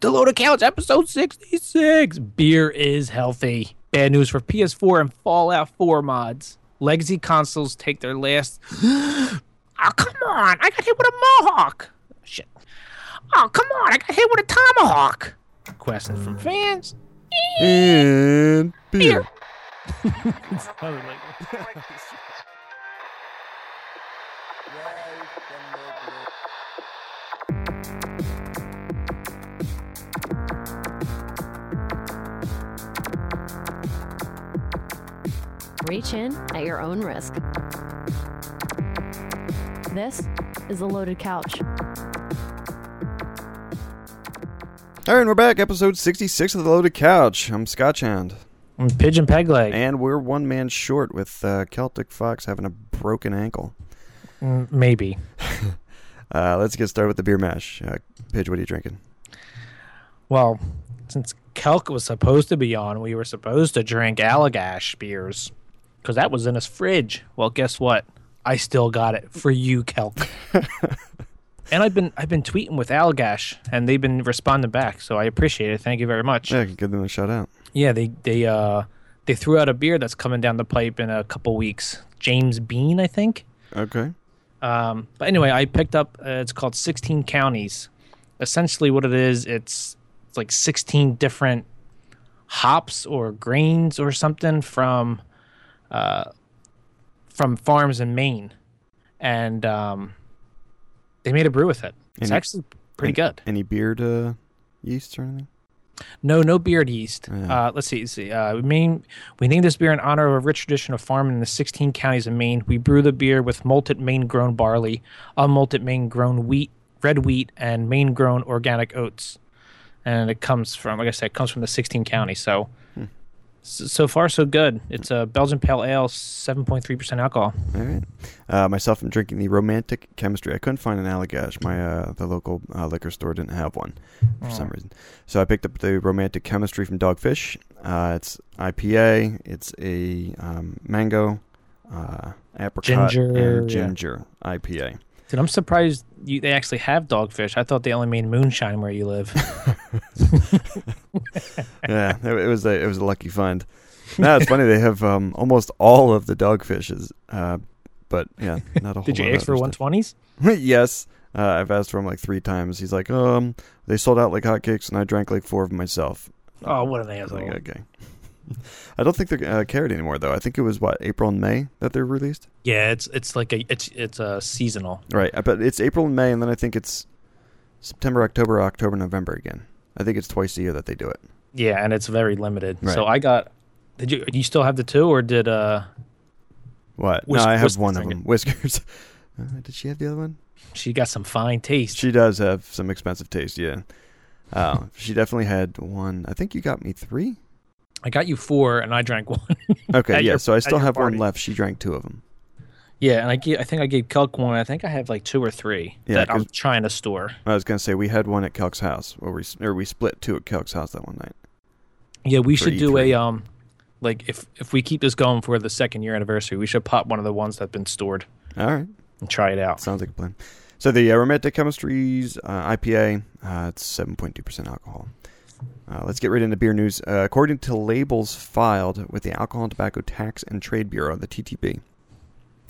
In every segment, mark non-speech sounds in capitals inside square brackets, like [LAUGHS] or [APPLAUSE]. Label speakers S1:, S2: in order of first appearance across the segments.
S1: Delona Couch, episode 66. Beer is healthy. Bad news for PS4 and Fallout 4 mods. Legacy consoles take their last. [GASPS] oh, come on. I got hit with a mohawk. Shit. Oh, come on. I got hit with a tomahawk. Questions from fans.
S2: And beer.
S1: Beer.
S3: Reach in at your own risk. This is the Loaded Couch.
S2: All right, and we're back. Episode 66 of The Loaded Couch. I'm Scotch Hound.
S1: Pigeon peg leg.
S2: And we're one man short with uh, Celtic Fox having a broken ankle.
S1: Mm, Maybe.
S2: Uh, let's get started with the beer mash. Uh, Pidge, what are you drinking?
S1: Well, since Kelk was supposed to be on, we were supposed to drink Allagash beers because that was in his fridge. Well, guess what? I still got it for you, Kelk. and I've been I've been tweeting with Allagash, and they've been responding back, so I appreciate it. Thank you very much.
S2: Yeah, give them a shout out.
S1: Yeah, they they uh they threw out a beer that's coming down the pipe in a couple weeks. James Bean, I think.
S2: Okay.
S1: Um, but anyway, I picked up. Uh, it's called 16 Counties. Essentially, what it is, it's it's like 16 different hops or grains or something from uh, from farms in Maine, and um, they made a brew with it. It's
S2: Any-
S1: actually pretty
S2: any-
S1: good.
S2: Any beard uh, yeast or anything?
S1: No, no beard yeast.
S2: Yeah.
S1: Uh, let's see. let's see. Uh, Maine, we named this beer in honor of a rich tradition of farming in the 16 counties of Maine. We brew the beer with malted Maine grown barley, unmalted Maine grown wheat, red wheat, and Maine grown organic oats. And it comes from, like I said, it comes from the 16 counties. So,
S2: Hmm.
S1: so, so far, so good. It's a Belgian pale ale, 7.3% alcohol.
S2: All right. Uh, myself, I'm drinking the Romantic Chemistry. I couldn't find an Allagash. My uh, the local uh, liquor store didn't have one for
S1: Oh.
S2: some reason. So I picked up the Romantic Chemistry from Dogfish. Uh, it's IPA. It's a um, mango, uh, apricot,
S1: Ginger, yeah.
S2: and ginger IPA.
S1: Dude, I'm surprised you, they actually have dogfish. I thought they only made moonshine where you live.
S2: yeah, [LAUGHS] it, it was a it was a lucky find. No, it's funny they have um, almost all of the Dogfishes, uh, but yeah, not a
S1: [LAUGHS] [LAUGHS]
S2: whole.
S1: Did you
S2: lot of
S1: ask for
S2: other stuff.
S1: 120s?
S2: [LAUGHS] yes. Uh, I've asked for him like three times. He's like, um, they sold out like hotcakes, and I drank like four of 'em myself.
S1: Oh, what an
S2: I was
S1: asshole.
S2: like, okay. [LAUGHS] I don't think they're uh, carried anymore, though. I think it was what April and May that they're released.
S1: Yeah, it's it's like a it's it's a seasonal.
S2: Right, I bet it's April and May, and then I think it's September, October, October, November again. I think it's twice a year that they do it.
S1: Yeah, and it's very limited. So
S2: Right.
S1: I got. Did you do you still have the two or did uh?
S2: What?
S1: Whisk-
S2: no, I have
S1: Whiskers
S2: one of
S1: drink
S2: them. [LAUGHS] Whiskers. Uh, did she have the other one?
S1: She got some fine taste.
S2: She does have some expensive taste. Yeah. Uh,
S1: [LAUGHS]
S2: she definitely had one. I think you got me three.
S1: I got you four, and I drank [LAUGHS] one.
S2: Okay,
S1: At
S2: yeah.
S1: your-
S2: so I
S1: at
S2: still
S1: your
S2: have
S1: party.
S2: one left. She drank two of them.
S1: yeah, and I gave, I think I gave Kelk one. I think I have like two or three
S2: Yeah,
S1: that I'm
S2: 'cause-
S1: trying to store.
S2: I was gonna say we had one at Kelk's house, or we or we split two at Kelk's house that one night.
S1: Yeah, we
S2: For
S1: should do
S2: E3.
S1: a um, like if if we keep this going for the second year anniversary, we should pop one of the ones that've been stored
S2: All right,
S1: and try it out.
S2: sounds like a plan. So the uh, Romantic Chemistries uh, IPA, uh, it's seven point two percent alcohol. Uh, let's get right into beer news. Uh, according to labels filed with the Alcohol and Tobacco Tax and Trade Bureau, the TTB,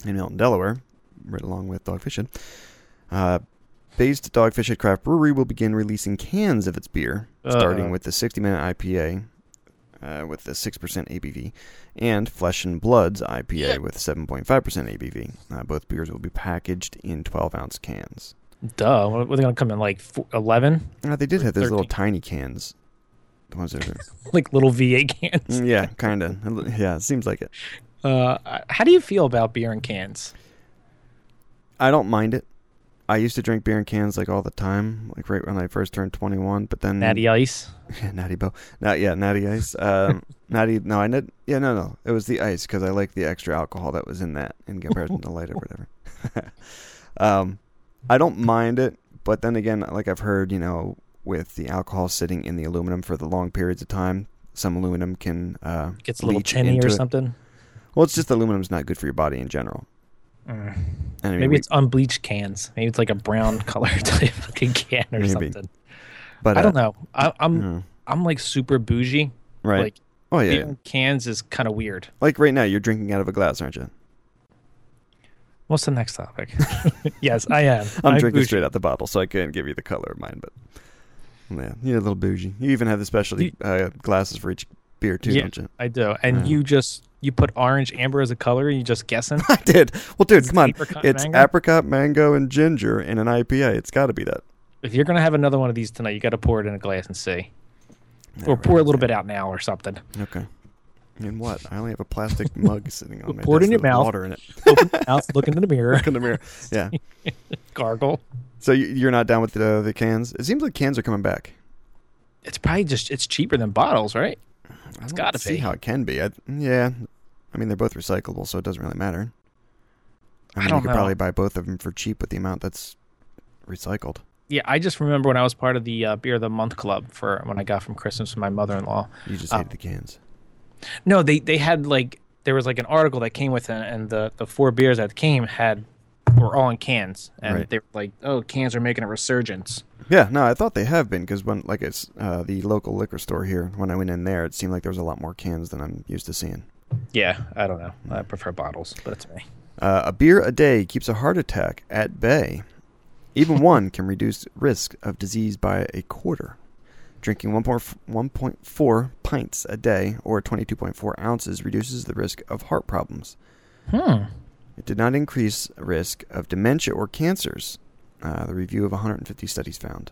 S2: in Milton, Delaware, right along with Dogfish Head, uh, based Dogfish Head Craft Brewery will begin releasing cans of its beer, starting
S1: Uh.
S2: with the 60 minute IPA uh, with the 6% ABV and Flesh and Blood's IPA with 7.5% ABV. Uh, both beers will be packaged in 12 ounce cans.
S1: Duh, what- what are they gonna come in like eleven,
S2: Uh, they did have those little
S1: 13.
S2: tiny cans. The ones that are,
S1: [LAUGHS] like little VA cans?
S2: Mm, yeah, kind of. Yeah, it seems like it.
S1: Uh, how do you feel about beer in cans?
S2: I don't mind it. I used to drink beer in cans like all the time, like right when I first turned 21. But then
S1: Natty Ice.
S2: Yeah, [LAUGHS] Natty Bo. Not yeah, Natty Ice.
S1: [LAUGHS]
S2: Um, Natty. No, I did. Yeah, no, no. It was the ice because I like the extra alcohol that was in that in comparison to light or whatever. [LAUGHS] um, I don't mind it, but then again, like I've heard, you know, with the alcohol sitting in the aluminum for the long periods of time, some aluminum can uh,
S1: gets a little
S2: leach
S1: tinny
S2: into
S1: or
S2: it.
S1: something.
S2: Well, it's just aluminum's not good for your body in general. Anyway,
S1: Mm. Maybe
S2: we-
S1: [LAUGHS] it's unbleached cans. Maybe it's like a brown color type fucking can or
S2: Maybe.
S1: something.
S2: But
S1: I don't
S2: uh,
S1: know. I, I'm
S2: yeah.
S1: I'm like super bougie.
S2: right?
S1: Like
S2: oh yeah, yeah.
S1: beer in cans is kind of weird.
S2: Like right now, you're drinking out of a glass, aren't you?
S1: What's the next topic? [LAUGHS] yes, I am.
S2: I'm drinking
S1: bougie.
S2: straight out the bottle, so I couldn't give you the color of mine. But yeah, you're a little bougie. You even have the specialty uh, glasses for each beer too,
S1: Yeah.
S2: don't you? [LAUGHS]
S1: I do. And
S2: Yeah.
S1: you just you put orange amber as a color. You just
S2: [LAUGHS]
S1: guessing.
S2: I did. Well, dude, come on.
S1: apricot
S2: It's
S1: mango?
S2: apricot, mango, and ginger in an IPA. It's got to be that.
S1: if you're gonna have another one of these tonight, you got to pour it in a glass and see, or
S2: right,
S1: pour a little
S2: okay.
S1: bit out now or
S2: [LAUGHS]
S1: something.
S2: Okay. And what? I only have a plastic [LAUGHS] mug sitting on my
S1: Pour it
S2: desk
S1: in your
S2: with
S1: mouth.
S2: Water in it.
S1: Open your mouth, look into the mirror,
S2: Look in the mirror. Yeah.
S1: [LAUGHS] gargle.
S2: So you- you're not down with uh, the the cans? It seems like cans are coming back.
S1: It's probably just it's cheaper than bottles, right?
S2: It's
S1: gotta
S2: see
S1: be.
S2: how it can be. I, yeah, I mean they're both recyclable, so it doesn't really matter.
S1: I
S2: I mean, you
S1: don't
S2: could
S1: know.
S2: probably buy both of them for cheap with the amount that's recycled.
S1: Yeah, I just remember when I was part of the uh, beer of the month club for when I got from Christmas from my mother-in-law.
S2: You just
S1: Oh.
S2: hate the cans.
S1: No, they they had like there was like an article that came with it, and the the four beers that came had were all in cans, and
S2: Right.
S1: they were like, oh, cans are making a resurgence.
S2: Yeah, no, I thought they have been because when like it's uh, the local liquor store here. When I went in there, it seemed like there was a lot more cans than I'm used to seeing.
S1: Yeah, I don't know. I prefer bottles, but it's me.
S2: Uh, a beer a day keeps a heart attack at bay.
S1: [LAUGHS]
S2: Even one can reduce risk of disease by a quarter. Drinking 1.4 1.4 pints a day, or 22.4 ounces, reduces the risk of heart problems.
S1: Hmm.
S2: It did not increase risk of dementia or cancers. Uh, the review of 150 studies found.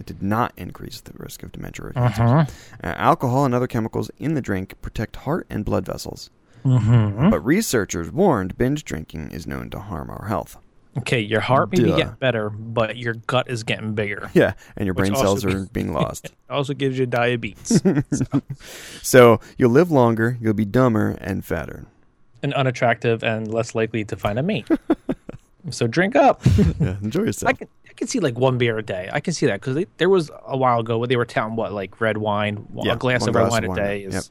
S2: It did not increase the risk of dementia or cancers.
S1: Uh-huh.
S2: Uh, alcohol and other chemicals in the drink protect heart and blood vessels.
S1: Mm-hmm.
S2: But researchers warned binge drinking is known to harm our health.
S1: Okay, your heart may be
S2: Duh.
S1: getting better, but your gut is getting bigger.
S2: Yeah, and your
S1: Which
S2: brain
S1: also
S2: cells are being [LAUGHS] lost.
S1: It also gives you diabetes
S2: So you'll live longer, you'll be dumber and fatter.
S1: and unattractive and less likely to find a mate. so drink up.
S2: Yeah, enjoy yourself.
S1: I can I can see like one beer a day. I can see that because there was a while ago where they were telling what like red wine, wa-
S2: Yeah,
S1: a glass
S2: one
S1: of red
S2: glass
S1: wine a
S2: of wine,
S1: day
S2: yeah.
S1: is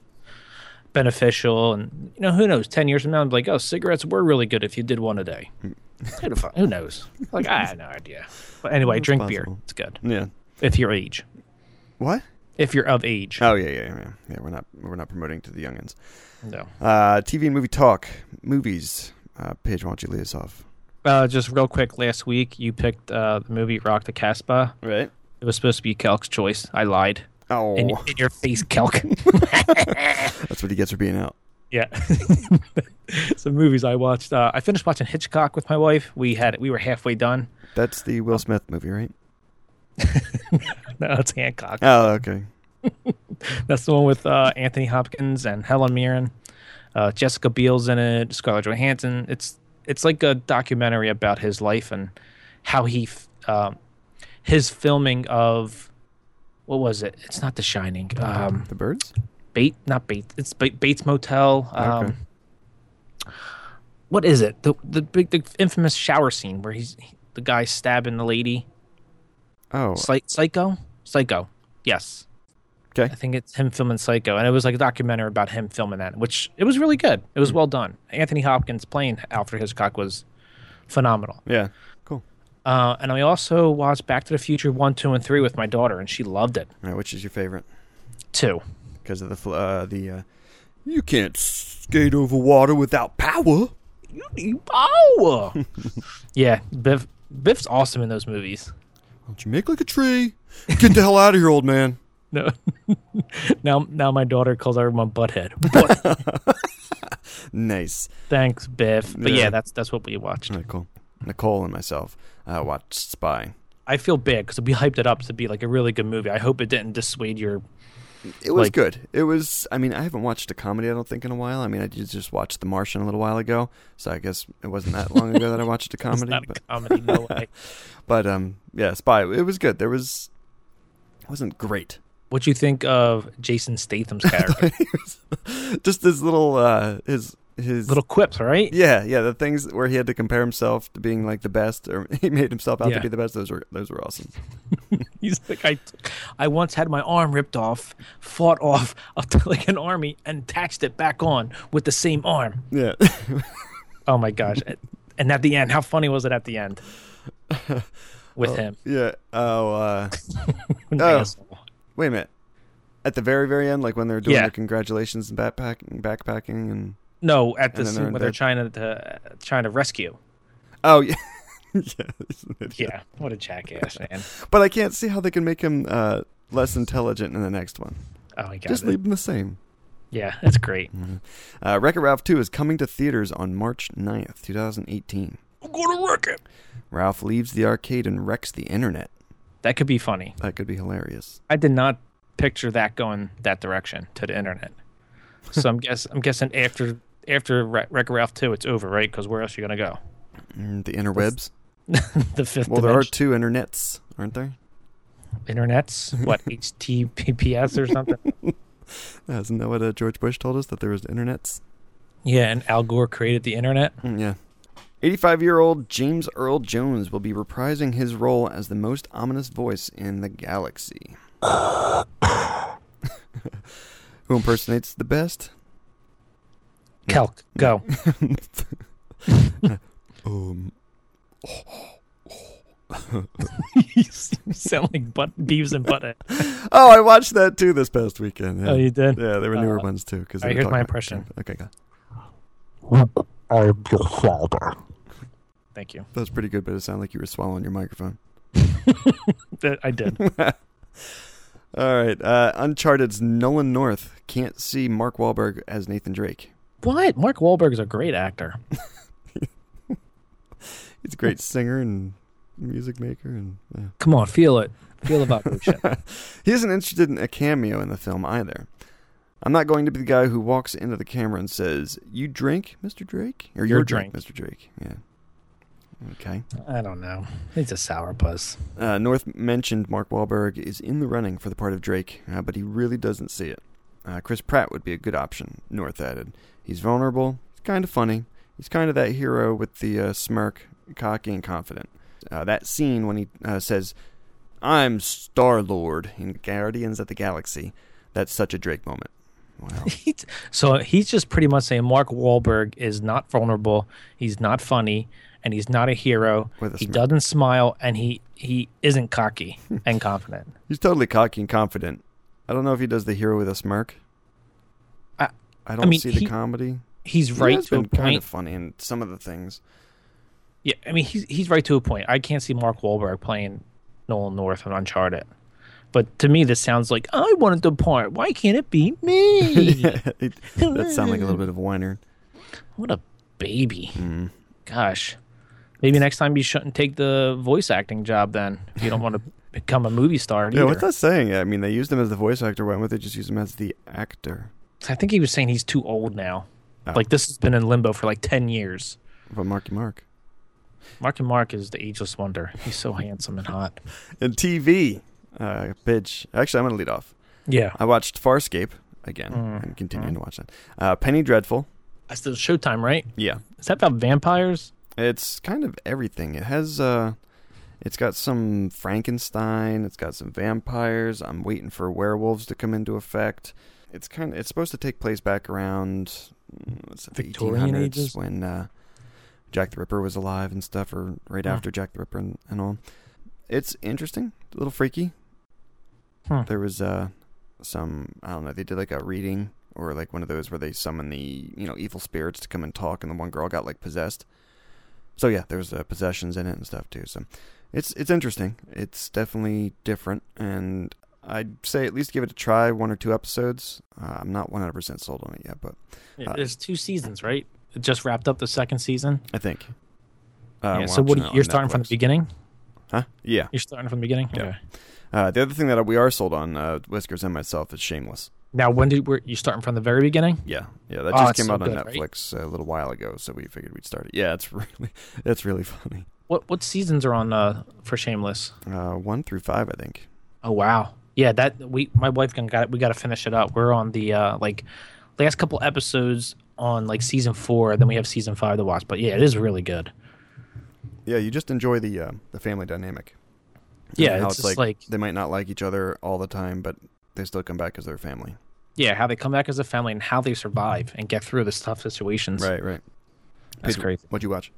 S1: beneficial, and you know who knows? Ten years from now, I'm like, oh, cigarettes were really good if you did one a day.
S2: Mm.
S1: who, the fuck, who
S2: [LAUGHS]
S1: knows? Like I have no idea. But anyway, drink beer.
S2: possible.
S1: It's good
S2: yeah.
S1: if you're age.
S2: What?
S1: If you're of age,
S2: Oh yeah, yeah, yeah. Yeah, we're not we're not promoting to the youngins.
S1: no.
S2: Uh, TV and movie talk, movies. Uh, Paige, why don't you lead us off?
S1: Uh, just real quick, last week you picked uh, the movie Rock the Casbah.
S2: Right.
S1: It was supposed to be Kelk's choice. I lied.
S2: Oh,
S1: In, in your face, Kelk.
S2: [LAUGHS] that's what he gets for being out.
S1: Yeah. [LAUGHS] Some movies I watched. Uh, I finished watching Hitchcock with my wife. We had we were halfway done. [LAUGHS]
S2: That's the
S1: Oh.
S2: Will Smith movie, right?
S1: No, it's Hancock.
S2: Oh, okay.
S1: That's the one with uh, Anthony Hopkins and Helen Mirren. Uh, Jessica Biel's in it. Scarlett Johansson. It's it's like a documentary about his life and how he f- um his filming of what was it? It's not The Shining. Um,
S2: The Birds.
S1: Bait, not Bait. It's ba- Bates Motel. Um,
S2: Okay.
S1: What is it? The the big the infamous shower scene where he's the guy stabbing the lady.
S2: Oh,
S1: Psy- Psycho? Psycho. Yes.
S2: Okay.
S1: I think it's him filming Psycho. And it was like a documentary about him filming that, which it was really good. It was
S2: Hmm.
S1: well done. Anthony Hopkins playing Alfred Hitchcock was phenomenal.
S2: yeah. Cool.
S1: Uh, and I also watched Back to the Future 1, 2, and 3 with my daughter, and she loved it
S2: All right, which is your favorite?
S1: too.
S2: Because of the fl- uh, the uh, you can't skate over water without power.
S1: You need power. [LAUGHS] yeah, Biff, Biff's awesome in those movies.
S2: Why don't you make like a tree? Get the hell out of here, old man.
S1: No. [LAUGHS] now now my daughter calls everyone butthead. But,
S2: [LAUGHS] Nice.
S1: thanks, Biff. But yeah.
S2: Yeah.
S1: that's that's what we watched.
S2: Nicole, Nicole, and myself uh, watched Spy.
S1: I feel bad because we hyped it up to be like a really good movie. I hope it didn't dissuade your.
S2: It was
S1: Like-
S2: good. It was. I mean, I haven't watched a comedy. I don't think in a while. I mean, I did just watched The Martian a little while ago, so I guess it wasn't that long ago that I [LAUGHS] watched a
S1: It's
S2: comedy.
S1: not
S2: but,
S1: a comedy, no way.
S2: but um, yeah, Spy. It was good. There was. It wasn't great. [LAUGHS]
S1: What you think of Jason Statham's character?
S2: just this little uh, his his
S1: Little quips, right?
S2: Yeah, yeah, the things where he had to compare himself to being like the best, or [LAUGHS] he made himself out
S1: Yeah.
S2: to be the best. Those were those
S1: [LAUGHS]
S2: were awesome.
S1: He's like, I, I once had my arm ripped off, fought off a, [LAUGHS] like an army, and attached it back on with the same arm.
S2: Yeah, [LAUGHS]
S1: Oh my gosh! And at the end, how funny was it at the end? with
S2: Oh,
S1: him.
S2: Yeah. Oh, uh,
S1: Asshole.
S2: wait a minute. At the very, very end, like when they're doing
S1: Yeah.
S2: their congratulations and backpacking, backpacking, and
S1: No, at the
S2: And then they're
S1: scene
S2: in
S1: where they're
S2: bed.
S1: trying to trying to rescue.
S2: oh [LAUGHS] yeah, yeah. isn't it?
S1: Yeah, what a jackass, man.
S2: But I can't see how they can make him uh, less intelligent in the next one.
S1: Oh my god.
S2: Just leave him the same.
S1: Yeah, that's great.
S2: Uh, Wreck-It Ralph 2 is coming to theaters on March 9th, 2018.
S1: I'm gonna wreck it.
S2: Ralph leaves the arcade and wrecks the internet.
S1: That could be funny.
S2: That could be hilarious.
S1: I did not picture that going that direction to the internet. So I'm [LAUGHS] guess I'm guessing after after Wreck Wreck-It Ralph two, it's over, right? Because where else are you gonna go?
S2: Mm, the interwebs.
S1: the fifth
S2: Well, there are
S1: dimension.
S2: two internets, aren't there?
S1: internets. What HTTPS or something?
S2: Uh, Isn't that what uh, George Bush told us that there was internets?
S1: yeah, and Al Gore created the internet.
S2: Mm, yeah. 85-year-old James Earl Jones will be reprising his role as the most ominous voice in the galaxy. [LAUGHS] Who impersonates the best?
S1: Kelk, go.
S2: [LAUGHS] Um,
S1: you [LAUGHS] sound like butt, Beavis and Butthead.
S2: Oh, I watched that too this past weekend. Yeah.
S1: Oh, you did?
S2: Yeah, there were newer
S1: Uh,
S2: ones too. Because
S1: all right, here's my impression.
S2: Okay, go.
S4: I'm your father.
S1: Thank you.
S2: That was pretty good, but it sounded like you were swallowing your microphone.
S1: That- I did.
S2: All right, uh, Uncharted's Nolan North can't see Mark Wahlberg as Nathan Drake.
S1: What? Mark Wahlberg is a great actor.
S2: He's a great singer and music maker, and yeah.
S1: Come on, feel it. Feel the vibration.
S2: he isn't interested in a cameo in the film either. I'm not going to be the guy who walks into the camera and says, "You drink, Mr. Drake, or
S1: Your
S2: your drink,
S1: drink.
S2: Mr. Drake." Yeah. Okay.
S1: I don't know. He's a sourpuss.
S2: Uh, North mentioned Mark Wahlberg is in the running for the part of Drake, uh, but he really doesn't see it. Uh, Chris Pratt would be a good option, North added. He's vulnerable, he's kind of funny, he's kind of that hero with the uh, smirk, cocky and confident. Uh, that scene when he uh, says, I'm Star Lord in Guardians of the Galaxy, that's such a Drake moment.
S1: [LAUGHS]
S2: Wow.
S1: He's, so he's just pretty much saying Mark Wahlberg is not vulnerable. He's not funny, and he's not a hero.
S2: With a
S1: he
S2: smirk.
S1: doesn't smile, and he he isn't cocky and confident.
S2: he's totally cocky and confident. I don't know if he does the hero with a smirk.
S1: I-
S2: I don't
S1: mean,
S2: see the
S1: he-
S2: comedy.
S1: He's
S2: He
S1: right
S2: has
S1: to a
S2: been kind
S1: point.
S2: of funny in some of
S1: [LAUGHS]
S2: the things.
S1: Yeah, I mean he's he's right to a point. I can't see Mark Wahlberg playing Nolan North on Uncharted. But to me, this sounds like I wanted the part. Why can't it be me?
S2: [LAUGHS] Yeah, it- that sound like a little bit of a whiner.
S1: What a baby!
S2: Mm-hmm.
S1: Gosh, maybe next time you shouldn't take the voice acting job then. If you don't
S2: [LAUGHS]
S1: want to become a movie star,
S2: Yeah, what's
S1: either.
S2: that saying? I mean, they used him as the voice actor. Why would they just use him as the actor?
S1: I think he was saying he's too old now.
S2: Oh.
S1: Like this has been in limbo for like ten years.
S2: But Marky Mark.
S1: Mark and Mark is the ageless wonder. He's so handsome and
S2: [LAUGHS]
S1: hot.
S2: And TV. Uh, bitch. Actually, I'm going to lead off.
S1: Yeah,
S2: I watched Farscape again.
S1: Mm-hmm.
S2: I'm continuing to watch that. Uh, Penny Dreadful.
S1: that's the Showtime, right?
S2: Yeah.
S1: Is that about vampires?
S2: It's kind of everything. It has. Uh, it's got some Frankenstein. It's got some vampires. I'm waiting for werewolves to come into effect. It's kind of. It's supposed to take place back around mm, what's it, the
S1: Victorian
S2: 1800s
S1: ages?
S2: when uh, Jack the Ripper was alive and stuff, or right
S1: Huh.
S2: after Jack the Ripper and, and all. It's interesting. A little freaky.
S1: Huh.
S2: There was uh, some. I don't know. They did like a reading or like one of those where they summon the you know evil spirits to come and talk, and the one girl got like possessed. So yeah, there's uh, possessions in it and stuff too. So it's it's interesting. It's definitely different, and I'd say at least give it a try, one or two episodes. Uh, I'm not 100% sold on it yet, but
S1: Yeah,
S2: Uh,
S1: There's two seasons, right? It just wrapped up the second season.
S2: I think. Uh,
S1: yeah, so what?
S2: watching
S1: do you-
S2: it
S1: You're
S2: on
S1: starting from the
S2: Netflix.
S1: beginning.
S2: Huh? Yeah.
S1: You're starting from the beginning.
S2: Yeah.
S1: Okay.
S2: Uh, the other thing that we are sold on, uh, Whiskers and myself, is Shameless.
S1: Now, when did were you starting from the very beginning?
S2: Yeah, yeah, that
S1: Oh,
S2: just
S1: it's
S2: came
S1: so
S2: out on
S1: good, right?
S2: Netflix uh, a little while ago, so we figured we'd start it. Yeah, it's [LAUGHS] really, it's really funny.
S1: What what seasons are on uh, for Shameless?
S2: Uh, one through five, I think.
S1: Oh wow, yeah. That we my wife and got we got to finish it up. We're on the uh, like last couple episodes on like season four. Then we have season five to watch. But yeah, it is really good.
S2: Yeah, you just enjoy the uh, the family dynamic. And
S1: Yeah,
S2: how
S1: it's just like-
S2: they might not like each other all the time, but they still come back as their family.
S1: Yeah, how they come back as a family and how they survive and get through the tough situations.
S2: Right, right.
S1: That's crazy.
S2: What'd you watch?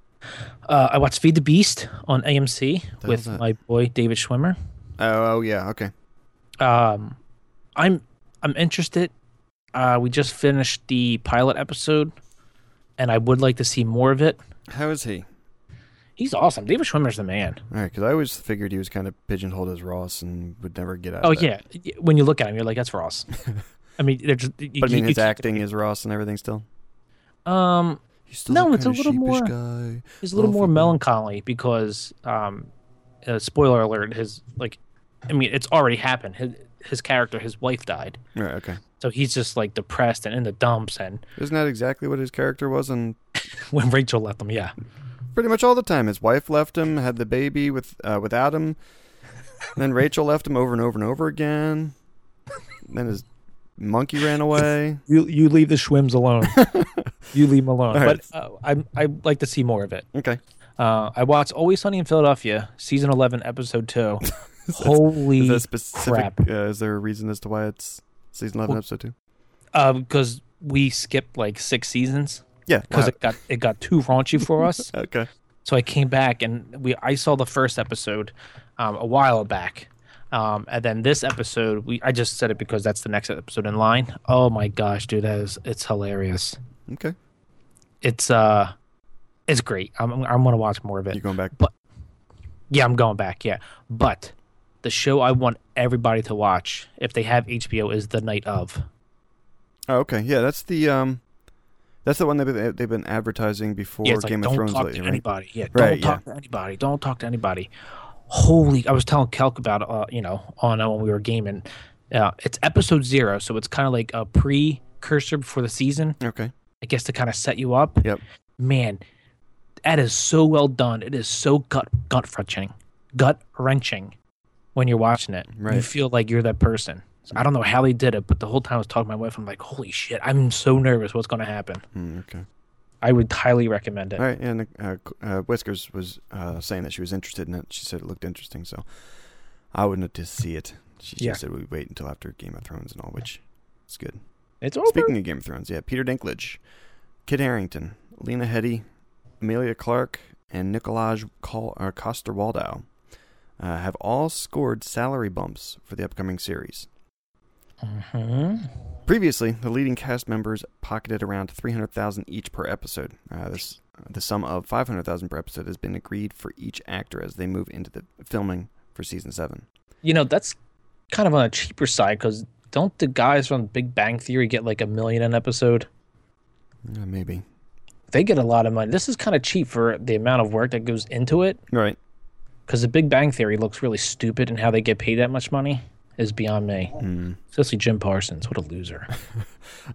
S1: Uh, I watched Feed the Beast on AMC
S2: the
S1: with
S2: hell's that?
S1: my boy David Schwimmer.
S2: Oh, oh yeah. Okay.
S1: Um, I'm I'm interested. Uh, we just finished the pilot episode, and I would like to see more of it.
S2: How is he?
S1: He's awesome. David Schwimmer's the man.
S2: All right, because I always figured he was kind of pigeonholed as Ross and would never get out.
S1: Oh
S2: of that.
S1: yeah, Y- when you look at him, you're like, that's [LAUGHS] Ross. I mean, they're just, you,
S2: But I
S1: you-
S2: mean,
S1: you
S2: his
S1: can't-
S2: acting is Ross and everything still.
S1: Um,
S2: He's still
S1: No,
S2: that
S1: it's a
S2: kinda
S1: little
S2: sheepish
S1: more-
S2: Guy.
S1: is a little
S2: Awful
S1: more
S2: man.
S1: melancholy because, um, uh, spoiler alert, his like, I mean, it's already happened. His, his character, his wife died,
S2: All right, okay.
S1: so he's just like depressed and in the dumps. And [LAUGHS]
S2: Isn't that exactly what his character was? And
S1: when Rachel left him, yeah,
S2: pretty much all the time, his wife left him, had the baby with uh, without him. then Rachel left him over and over and over again. then his monkey ran away.
S1: you you leave the Schwims alone.
S2: [LAUGHS]
S1: you leave him alone.
S2: All right.
S1: But uh, I I like to see more of it.
S2: Okay,
S1: Uh, I watched Always Sunny in Philadelphia, season eleven, episode
S2: [LAUGHS]
S1: two. Holy
S2: is that specific?
S1: crap.
S2: Uh, is there a reason as to why it's season eleven,
S1: Well-
S2: episode two?
S1: because um, we skipped like six seasons
S2: Yeah,
S1: because
S2: wow.
S1: it got it got too raunchy for
S2: [LAUGHS]
S1: us.
S2: okay.
S1: so I came back and we I saw the first episode um, a while back, um, and then this episode we I just said it because that's the next episode in line. Oh my gosh, dude, that is it's hilarious.
S2: Okay,
S1: It's uh, it's great. I'm I'm- I'm gonna watch more of
S2: you
S1: it.
S2: going back?
S1: Yeah, I'm going back. Yeah, but the show I want everybody to watch if they have HBO is The Night of.
S2: Oh, okay. Yeah, that's the um, that's the one they've been, they've been advertising before
S1: yeah, it's
S2: Game
S1: like,
S2: of
S1: don't
S2: Thrones
S1: talk
S2: lately,
S1: to
S2: right?
S1: anybody. Yeah,
S2: Right,
S1: don't talk to anybody. Don't talk to anybody. Holy! I was telling Kelk about it, uh, you know on uh, when we were gaming. Uh, it's episode zero, so it's kind of like a precursor before the season,
S2: Okay.
S1: I guess, to kind of set you up.
S2: Yep.
S1: Man, that is so well done. It is so gut gut wrenching, gut wrenching. When you're watching it, you
S2: Right.
S1: feel like you're that person. So I don't know how they did it, but the whole time I was talking to my wife, I'm like, "Holy shit! I'm so nervous. What's going to happen?"
S2: Mm, okay.
S1: I would highly recommend it.
S2: All right, and uh, uh, Whiskers was uh, saying that she was interested in it. She said it looked interesting, so I wouldn't have to see it. She
S1: Yeah.
S2: just said we wait until after Game of Thrones and all, which is good.
S1: It's over.
S2: Speaking of Game of Thrones, yeah, Peter Dinklage, Kit Harrington, Lena Headey, Amelia Clark, and Nicolaj Col- or Coster Waldau uh, have all scored salary bumps for the upcoming series.
S1: hmm
S2: Previously, the leading cast members pocketed around 300,000 each per episode. Uh, this the sum of 500,000 per episode has been agreed for each actor as they move into the filming for season 7.
S1: You know, that's kind of on a cheaper side because don't the guys from Big Bang Theory get like a million an episode?
S2: Uh, maybe.
S1: They get a lot of money. This is kind of cheap for the amount of work that goes into it
S2: Right.
S1: because the Big Bang Theory looks really stupid and how they get paid that much money is beyond me.
S2: Hmm.
S1: Especially Jim Parsons. What a loser.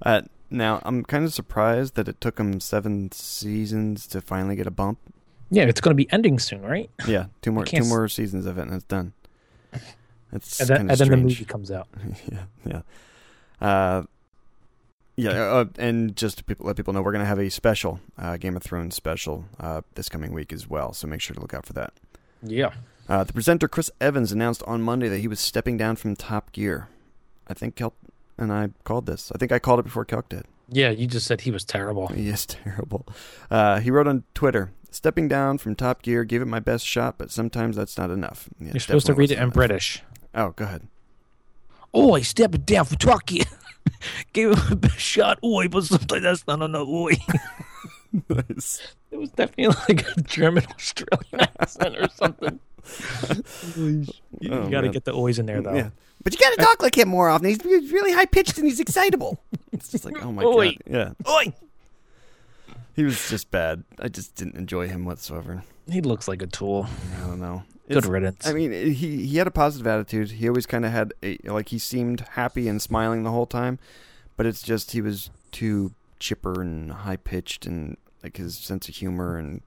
S2: Uh, now, I'm kind of surprised that it took them 7 seasons to finally get a bump.
S1: yeah, it's going to be ending soon, right? [LAUGHS]
S2: Yeah, two more
S1: can't
S2: two
S1: s-
S2: more seasons of it and it's done. It's
S1: And then,
S2: kind
S1: and
S2: of
S1: then
S2: strange.
S1: the movie comes out.
S2: [LAUGHS] yeah, yeah. Uh, yeah, uh, and just to people, let people know, we're going to have a special uh, Game of Thrones special uh, this coming week as well, so make sure to look out for that.
S1: Yeah.
S2: Uh, the presenter Chris Evans announced on Monday that he was stepping down from Top Gear. I think Kelp and I called this. I think I called it before Kelp did.
S1: Yeah, you just said he was
S2: [LAUGHS]
S1: terrible.
S2: He is terrible. Uh, he wrote on Twitter, "Stepping down from Top Gear, gave it my best shot, but sometimes that's not enough." Yeah,
S1: You're supposed to read
S2: definitely
S1: it in
S2: wasn't
S1: British.
S2: enough. Oh, go ahead.
S1: Oi, step it down for [LAUGHS] talking. Give him a best shot. Oh, Oi, but sometimes that's not enough. Oi.
S2: nice.
S1: Oh, [LAUGHS] It was definitely like a German [LAUGHS] Australian accent or something.
S2: [LAUGHS]
S1: You,
S2: Oh,
S1: got to
S2: man.
S1: get the oys in there though.
S2: Yeah. But you got to talk like him more often. He's really high pitched and he's excitable. [LAUGHS] It's just like, oh my
S1: Oi.
S2: god. Yeah.
S1: Oi!
S2: He was just bad. I just didn't enjoy him whatsoever.
S1: He looks like a tool.
S2: I don't know.
S1: Good
S2: It's-
S1: riddance.
S2: I mean, he he had a positive attitude. He always kind of had a like he seemed happy and smiling the whole time, but it's just he was too chipper and high pitched and like his sense of humor and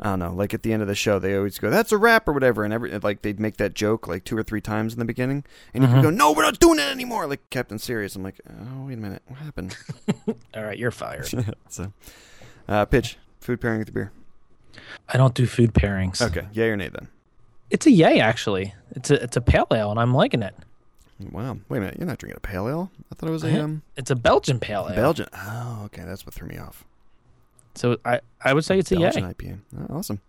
S2: I don't know. Like at the end of the show, they always go, "That's a wrap" or whatever, and every like they'd make that joke like two or three times in the beginning, and he'd go, "No, we're not doing it anymore," like Captain Serious. I'm like, "Oh, wait a minute, what happened?" [LAUGHS]
S1: All right, you're fired.
S2: so, uh, pitch food pairing with the beer.
S1: I don't do food pairings.
S2: Okay, yeah or nay then.
S1: It's a yay actually. It's a it's a pale ale and I'm liking it.
S2: Wow, wait a minute, you're not drinking a pale ale? I thought it was a um.
S1: It's a Belgian pale ale.
S2: Belgian. Oh, okay, that's what threw me off.
S1: So I, I would say it's E a
S2: Belgian
S1: yay.
S2: IPA. Oh, awesome.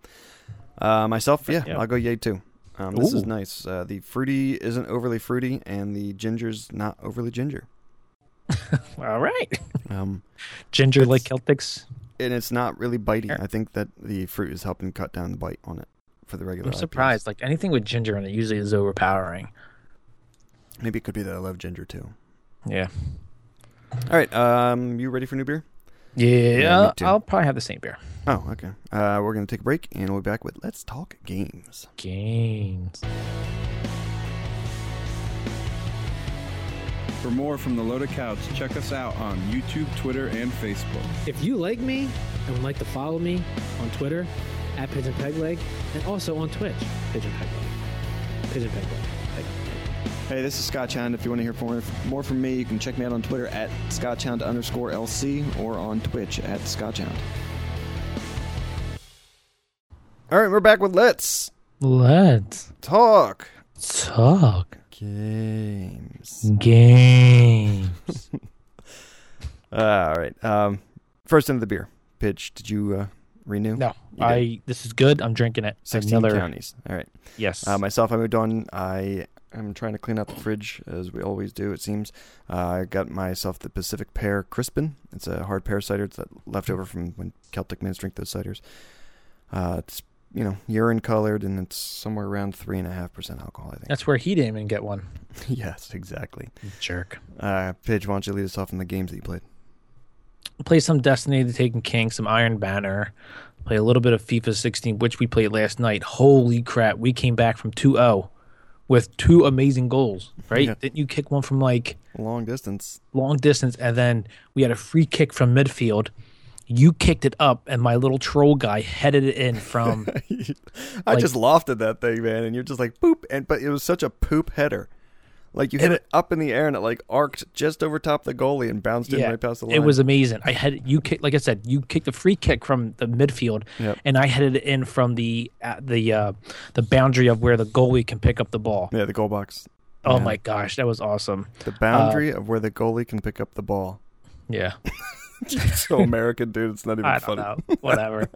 S2: Uh, myself, yeah,
S1: Yeah.
S2: I'll go yay too. Um, this is
S1: Ooh.
S2: nice. Uh, the fruity isn't overly fruity, and the ginger's not overly ginger.
S1: All right. [LAUGHS]
S2: Um,
S1: Ginger like
S2: It's-
S1: Celtics.
S2: and it's not really bitey.
S1: Sure.
S2: I think that the fruit is helping cut down the bite on it for the regular.
S1: I'm
S2: IPAs.
S1: surprised. Like anything with ginger in it usually is overpowering.
S2: Maybe it could be that I love ginger too.
S1: Yeah.
S2: All right, um, you ready for new beer?
S1: Yeah.
S2: me too.
S1: I'll probably have the same beer.
S2: Oh, okay. Uh, we're gonna take a break, and we'll be back with Let's Talk Games.
S1: Gains.
S4: For more from the Loda Couch, check us out on YouTube, Twitter, and Facebook.
S5: If you like me and would like to follow me on Twitter at Pigeon Peg Leg and also on Twitch, Pigeon Peg Leg. Pigeon Peg Leg. Peg, Peg.
S6: Hey, this is Scott Hound. If you want to hear more, more from me, you can check me out on Twitter at scotchhound underscore LC or on Twitch at scotchhound.
S2: All right, we're back with Let's
S1: Let's
S2: Talk
S1: talk
S2: Games.
S1: [LAUGHS] game.
S2: All right. Um, first into the beer pitch. Did you uh, renew?
S1: No,
S2: You did.
S1: I. This is good. I'm drinking it.
S2: sixteen counties. All right.
S1: Yes.
S2: Uh, myself, I moved on. I am trying to clean out the fridge as we always do. It seems. Uh, I got myself the Pacific Pear Crispin. It's a hard pear cider. It's that leftover from when Celtic men drink those ciders. Uh, it's you know urine colored and it's somewhere around three and a half percent alcohol. I think.
S1: That's where he didn't even get one.
S2: [LAUGHS] yes, exactly.
S1: Jerk.
S2: Uh, Pidge, why don't you lead us off in the games that you played?
S1: play some Destiny, The Taken King, some Iron Banner, play a little bit of FIFA 16, which we played last night. Holy crap, we came back from 2-0 with two amazing goals, right?
S2: Yeah.
S1: Didn't you kick one from like
S2: Long distance.
S1: long distance and then we had a free kick from midfield. You kicked it up and my little troll guy headed it in
S2: [LAUGHS]
S1: from
S2: I
S1: Like-
S2: just lofted that thing, man, and you're just like boop, and but it was such a poop header. Like you hit it up in the air and it like arced just over top the goalie and bounced in right past the line.
S1: It was amazing. I had you kick, like I said, you kicked a free kick from the midfield,
S2: Yep.
S1: and I headed it in from the uh, the uh, the boundary of where the goalie can pick up the ball.
S2: yeah, the goal box,
S1: Oh
S2: Yeah.
S1: my gosh, that was awesome.
S2: the
S1: Uh,
S2: boundary of where the goalie can pick up
S1: [LAUGHS]
S2: the ball. [LAUGHS]
S1: Yeah,
S2: so American, dude. It's not even
S1: I don't
S2: funny.
S1: know. Whatever.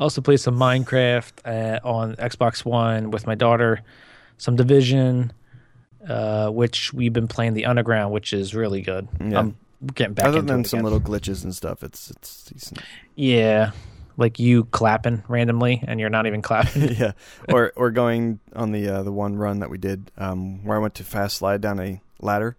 S1: also played some Minecraft uh, on Xbox One with my daughter, some Division, uh, which we've been playing the Underground, which is really good.
S2: Yeah.
S1: I'm getting back
S2: Other
S1: into
S2: than
S1: it
S2: some
S1: again.
S2: little glitches and stuff, it's it's decent. [LAUGHS]
S1: yeah, like you clapping randomly and you're not even clapping. [LAUGHS]
S2: yeah, or or going on the uh, the one run that we did um, where I went to fast slide down a ladder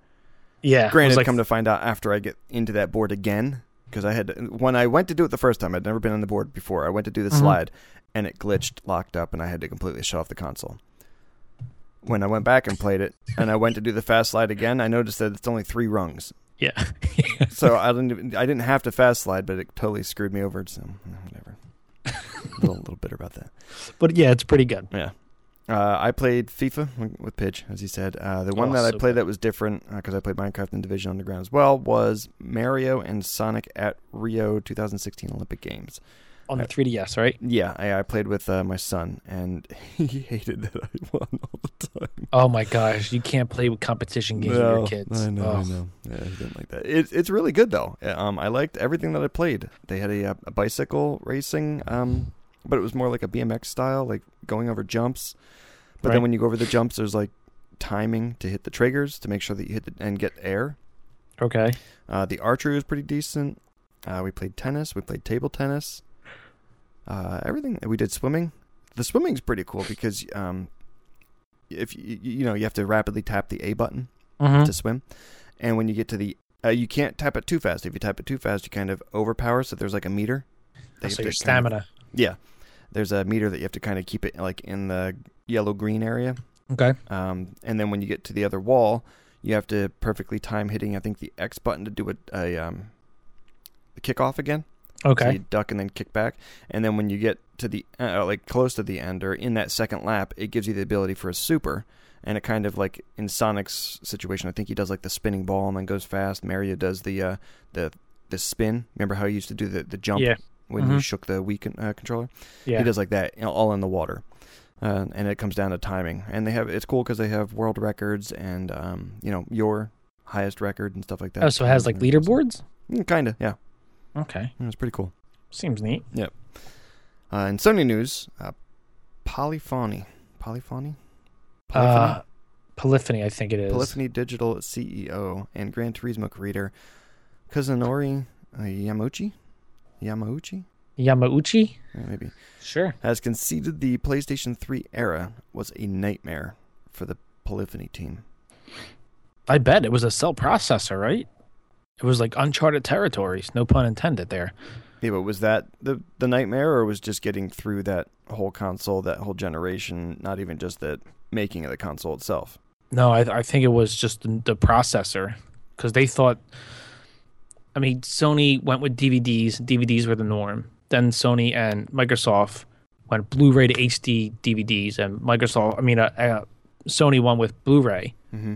S1: yeah, it was
S2: Granted,
S1: like,
S2: come to find out after I get into that board again, because I had when I went to do it the first time, I'd never been on the board before. I went to do
S1: Uh-huh.
S2: the slide, and it glitched, locked up, and I had to completely shut off the console. When I went back and played it, and I went to do the fast slide again, I noticed that it's only three rungs.
S1: yeah. [LAUGHS]
S2: So I didn't, even- I didn't have to fast slide, but it totally screwed me over. So mm,
S1: [LAUGHS]
S2: whatever. a little, little bitter about that.
S1: but yeah, it's pretty good.
S2: Yeah. Uh, I played FIFA with Pidge, as he said. Uh, the one
S1: Oh,
S2: that I
S1: so
S2: played that was different because I played Minecraft and Division Underground as well was Mario and Sonic at Rio 2016 Olympic Games.
S1: On the 3DS, right?
S2: Yeah, I, I played with uh, my son, and [LAUGHS] he hated that I won all the time.
S1: Oh my gosh, you can't play with competition games
S2: No,
S1: with your kids.
S2: I know, I
S1: Ugh.
S2: know. Yeah, he didn't like that. It, it's really good though. Uh, Um, I liked everything that I played. They had a, uh, a bicycle racing, um, but it was more like a BMX style, like going over jumps. But
S1: Right.
S2: then when you go over the jumps, there's like timing to hit the triggers to make sure that you hit the, and get air.
S1: Okay.
S2: Uh, the archery was pretty decent. Uh, we played tennis. We played table tennis. Uh, everything. We did swimming. The swimming's pretty cool because um, if you, you know you have to rapidly tap the A button
S1: Mhm.
S2: to swim. And when you get to the, uh, you can't tap it too fast. If you tap it too fast, you kind of overpower. So there's like a meter. that you
S1: Oh, So
S2: have
S1: your
S2: to kind of-
S1: stamina.
S2: yeah, there's a meter that you have to kind of keep it like in the yellow green area.
S1: Okay.
S2: Um, and then when you get to the other wall, you have to perfectly time hitting. I think the X button to do a, a um, kickoff again. So
S1: Okay.
S2: you duck and then kick back. And then when you get to the uh, like close to the end or in that second lap, it gives you the ability for a super. And it kind of like in Sonic's situation, I think he does like the spinning ball and then goes fast. Mario does the uh, the the spin. Remember how he used to do the, the jump
S1: Yeah.
S2: when you
S1: Mhm.
S2: shook the Wii con- uh, controller?
S1: Yeah.
S2: He does like that, you know, all in the water. Uh, and it comes down to timing. And they have it's cool because they have world records and um, you know your highest record and uh, stuff like that.
S1: Oh, so it has like leaderboards?
S2: Kind of, yeah. Mm,
S1: Okay.
S2: It's pretty cool.
S1: Seems neat.
S2: Yep. Uh, in Sony news, uh, Polyphony, Polyphony, Polyphony,
S1: Uh, Polyphony, I think it is.
S2: Polyphony Digital CEO and Gran Turismo creator Kazunori uh, Yamauchi, Yamauchi,
S1: Yamauchi?
S2: Yeah, maybe
S1: Sure.
S2: has conceded the PlayStation 3 era was a nightmare for the Polyphony team.
S1: I bet it was a cell processor, right? It was like uncharted territories, no pun intended there.
S2: Yeah, but was that the the nightmare, or was just getting through that whole console, that whole generation? Not even just the making of the console itself.
S1: No, I, I think it was just the, the processor because they thought. I mean, Sony went with DVDs. DVDs were the norm. Then Sony and Microsoft went Blu-ray to HD DVDs, and Microsoft, I mean, uh, uh, Sony won with Blu-ray.
S2: Mm-hmm.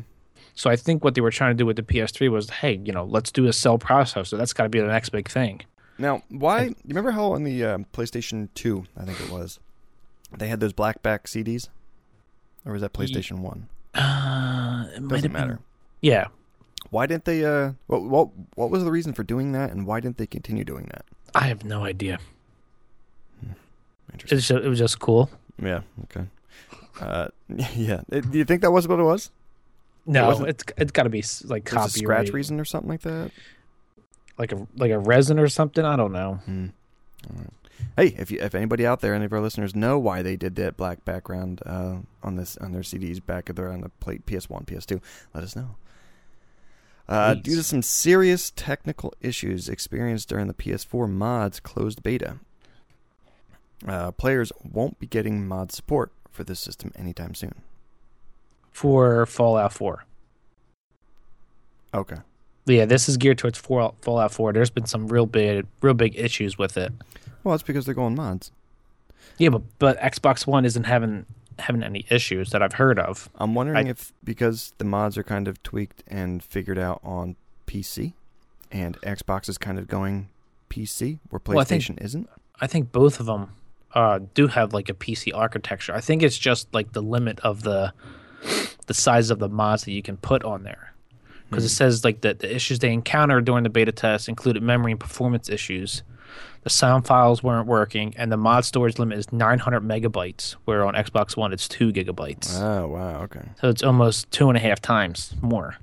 S1: So I think what they were trying to do with the PS3 was, hey, you know, let's do a cell processor. That's got to be the next big thing.
S2: Now, why? You remember how on the um, PlayStation Two, I think it was, they had those black back CDs, or was that PlayStation One?
S1: Uh, it might have
S2: Doesn't
S1: been-
S2: matter.
S1: yeah,
S2: Why didn't they? Uh, what, what what was the reason for doing that, and why didn't they continue doing that?
S1: I have no idea.
S2: Interesting.
S1: It's just, it was just cool.
S2: Yeah. Okay. Uh, [LAUGHS] yeah. Uh, Do you think that was what it was?
S1: No,
S2: wasn't-
S1: it's it's got to be s- like
S2: There's a
S1: copyright,
S2: scratch reason or something like that.
S1: like a like a resin or something. I don't know.
S2: Hey, if you, if anybody out there, any of our listeners know why they did that black background uh, on this on their CDs back there on the plate PS1, PS2, let us know. Uh,
S1: Please.
S2: due to some serious technical issues experienced during the PS4 mods closed beta, uh, players won't be getting mod support for this system anytime soon.
S1: For Fallout 4,
S2: Okay.
S1: yeah, this is geared towards Fallout Fallout 4. There's been some real big real big issues with it.
S2: Well, that's because they're going mods.
S1: Yeah, but but Xbox One isn't having having any issues that I've heard of.
S2: I'm wondering
S1: I-
S2: if because the mods are kind of tweaked and figured out on PC, and Xbox is kind of going PC where PlayStation
S1: Well, I think-
S2: isn't.
S1: I think both of them uh, do have like a PC architecture. I think it's just like the limit of the the size of the mods that you can put on there. Because it says like that the issues they encountered during the beta test included memory and performance issues. The sound files weren't working, and the mod storage limit is 900 megabytes, where on Xbox One it's two gigabytes.
S2: Oh wow, okay.
S1: So it's almost two and a half times more.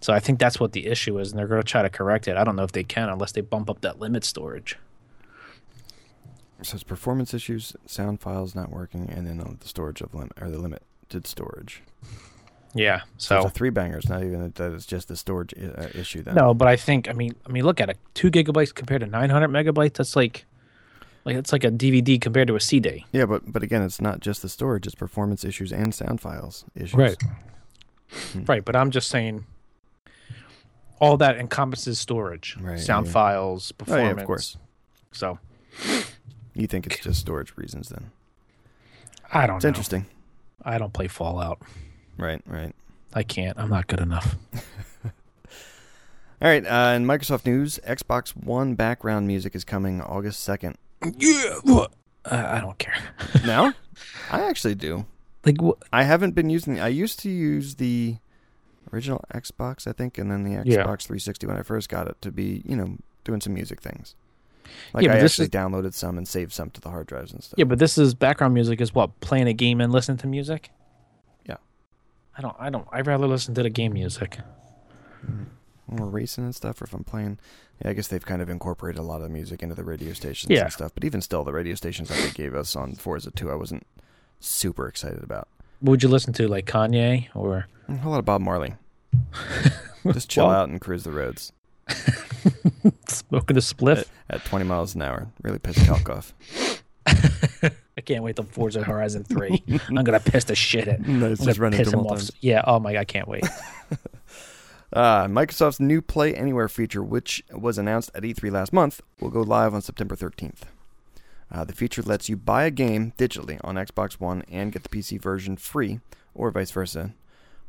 S1: So I think that's what the issue is, and they're going to try to correct it. I don't know if they can unless they bump up that limit storage.
S2: So it's performance issues, sound files not working, and then on the storage of limit or the limited storage.
S1: Yeah. So
S2: So it's a three bangers, not even that it's just the storage i- uh, issue. Then
S1: no, but I think I mean I mean look at it. Two gigabytes compared to nine hundred megabytes. That's like like it's like a DVD compared to a CD.
S2: Yeah, but but again, it's not just the storage; it's performance issues and sound files issues. Hmm.
S1: Right. But I'm just saying. All that encompasses storage,
S2: Right,
S1: sound
S2: yeah.
S1: files,
S2: Oh,
S1: performance.
S2: yeah, of course.
S1: So
S2: You think it's just storage reasons? Then
S1: I don't
S2: it's
S1: know.
S2: interesting,
S1: I don't play Fallout.
S2: right? Right.
S1: I can't. I'm not good enough.
S2: All right, uh, in Microsoft news, Xbox One background music is coming August 2nd.
S1: Yeah. What? I I don't care. [LAUGHS]
S2: Now? I actually do.
S1: Like what?
S2: I haven't been using I used to use the original Xbox, I think, and then the Xbox
S1: Yeah.
S2: 360 when I first got it to be, you know, doing some music things. Like
S1: Yeah,
S2: I
S1: but this
S2: actually
S1: is-
S2: downloaded some and saved some to the hard drives and stuff.
S1: Yeah, but this is background music. Is what playing a game and listening to music.
S2: Yeah.
S1: I don't. I don't. I'd rather listen to the game music.
S2: When we're racing and stuff, or if I'm playing, yeah, I guess they've kind of incorporated a lot of the music into the radio stations
S1: Yeah.
S2: and stuff. But even still, the radio stations that they gave us on Forza 2, I wasn't super excited about.
S1: What would you listen to? Like Kanye or
S2: A whole lot of Bob Marley. Just chill
S1: Well-
S2: out and cruise the roads
S1: smoking a spliff?
S2: at 20 miles an hour. Really piss Calc off.
S1: I can't wait till Forza Horizon Three. I'm gonna piss the shit
S2: [LAUGHS]
S1: at.
S2: No, it's
S1: I'm
S2: just
S1: gonna
S2: running
S1: piss
S2: through
S1: him off.
S2: multiples.
S1: Yeah. Oh my god, I can't wait.
S2: Uh, Microsoft's new Play Anywhere feature, which was announced at E3 last month, will go live on September 13th. Uh, the feature lets you buy a game digitally on Xbox One and get the PC version free, or vice versa,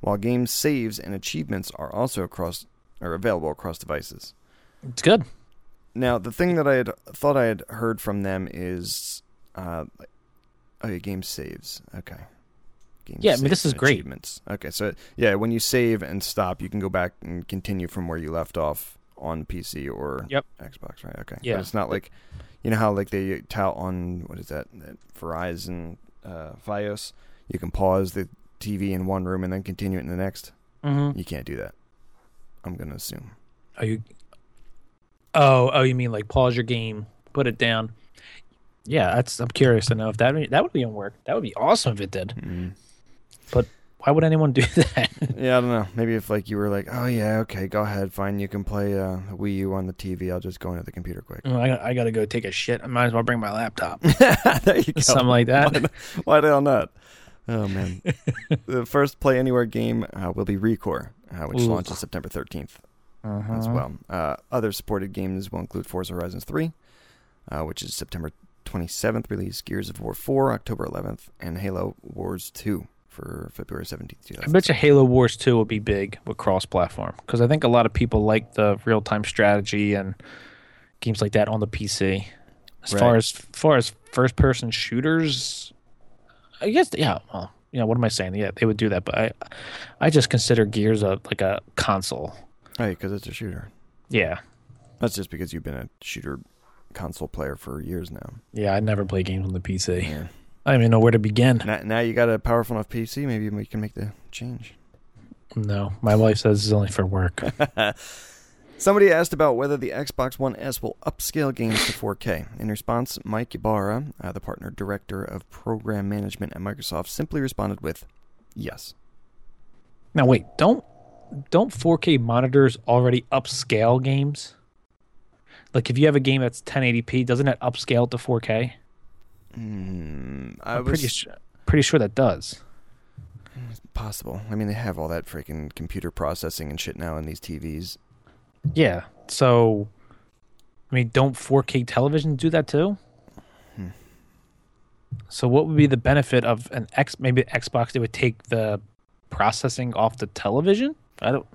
S2: while game saves and achievements are also across are available across devices.
S1: it's good.
S2: Now, the thing that I had thought I had heard from them is, uh, oh yeah, game saves. Okay. Game
S1: Yeah, I mean, this
S2: saves
S1: is
S2: and
S1: great.
S2: Achievements. Okay, so yeah, when you save and stop, you can go back and continue from where you left off on PC or
S1: Yep.
S2: Xbox, right? Okay.
S1: Yeah.
S2: But it's not like, you know how like they tout on what is that, that Verizon, uh, FiOS. You can pause the TV in one room and then continue it in the next.
S1: Mm-hmm.
S2: You can't do that. I'm gonna assume.
S1: Oh, you. Oh, oh, you mean like pause your game, put it down. Yeah, that's. I'm curious to know if that that would be on work. That would be awesome if it did.
S2: Mm.
S1: But why would anyone do [LAUGHS] that?
S2: Yeah, I don't know. Maybe if like you were like, oh yeah, okay, go ahead, fine. You can play uh, Wii U on the TV. I'll just go into the
S1: [LAUGHS]
S2: computer quick. [LAUGHS]
S1: Oh, I, I gotta go take a shit. I might as well bring my laptop.
S2: there you go.
S1: Something like that.
S2: Why, the- why the hell not?
S1: [LAUGHS]
S2: Oh man, the first Play Anywhere game uh, will be Recore, uh, which
S1: Ooh. Uh-huh.
S2: launches September 13th as well. Uh, other supported games will include Forza Horizons 3, uh, which is September 27th release, Gears of War 4, October 11th, and Halo Wars 2 for February 17th.
S1: I bet you Halo Wars 2 will be big with cross platform because I think a lot of people like the real time strategy and games like that on the PC. As far
S2: Right.
S1: as far as first person shooters, I guess yeah. Well, you know what am I saying? Yeah, they would do that, but I I just consider Gears a like a console.
S2: Right, because it's a shooter.
S1: Yeah,
S2: That's just because you've been a shooter console player for years now.
S1: yeah. I never play games on the PC.
S2: Yeah.
S1: I don't even know where to begin.
S2: Now, now you got a powerful enough PC. Maybe we can make the change.
S1: No, my wife says it's only for work.
S2: Somebody asked about whether the Xbox One S will upscale games to 4K. In response, Mike Ibarra, uh, the partner director of program management at Microsoft, simply responded with, "Yes."
S1: Now wait, don't don't 4K monitors already upscale games? Like if you have a game that's 1080p, doesn't it upscale to 4K?
S2: Hmm, I
S1: I'm
S2: was
S1: pretty su- pretty sure that does.
S2: possible. I mean, they have all that freaking computer processing and shit now in these TVs.
S1: Yeah. So I mean, don't 4K televisions do that too? Hmm. So what would be the benefit of an X maybe Xbox they would take the processing off the television? I don't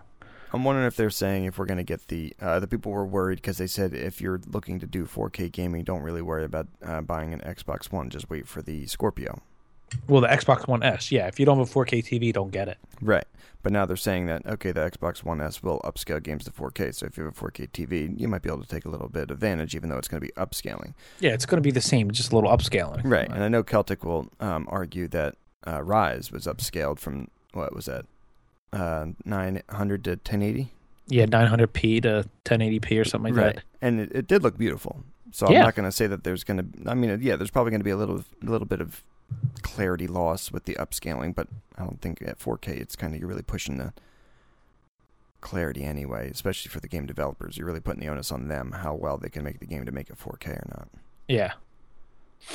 S2: I'm wondering if they're saying if we're going to get the uh, the people were worried because they said if you're looking to do 4K gaming, don't really worry about uh, buying an Xbox One. Just wait for the Scorpio.
S1: well, the Xbox One S, yeah. If you don't have a 4K TV, don't get it.
S2: Right. But now they're saying that okay, the Xbox One S will upscale games to 4K. So if you have a 4K TV, you might be able to take a little bit advantage, even though it's going to be upscaling.
S1: Yeah, it's going to be the same, just a little upscaling.
S2: Right. And I know Celtic will um, argue that uh, Rise was upscaled from what was that, uh, 900 to 1080.
S1: yeah 900p to 1080p or something like that
S2: And it, it did look beautiful. So
S1: Yeah.
S2: I'm not going to say that there's going to. I mean, yeah, there's probably going to be a little, a little bit of clarity loss with the upscaling, but I don't think at 4K it's kind of you're really pushing the clarity anyway, especially for the game developers. You're really putting the onus on them how well they can make the game to make it 4K or not.
S1: yeah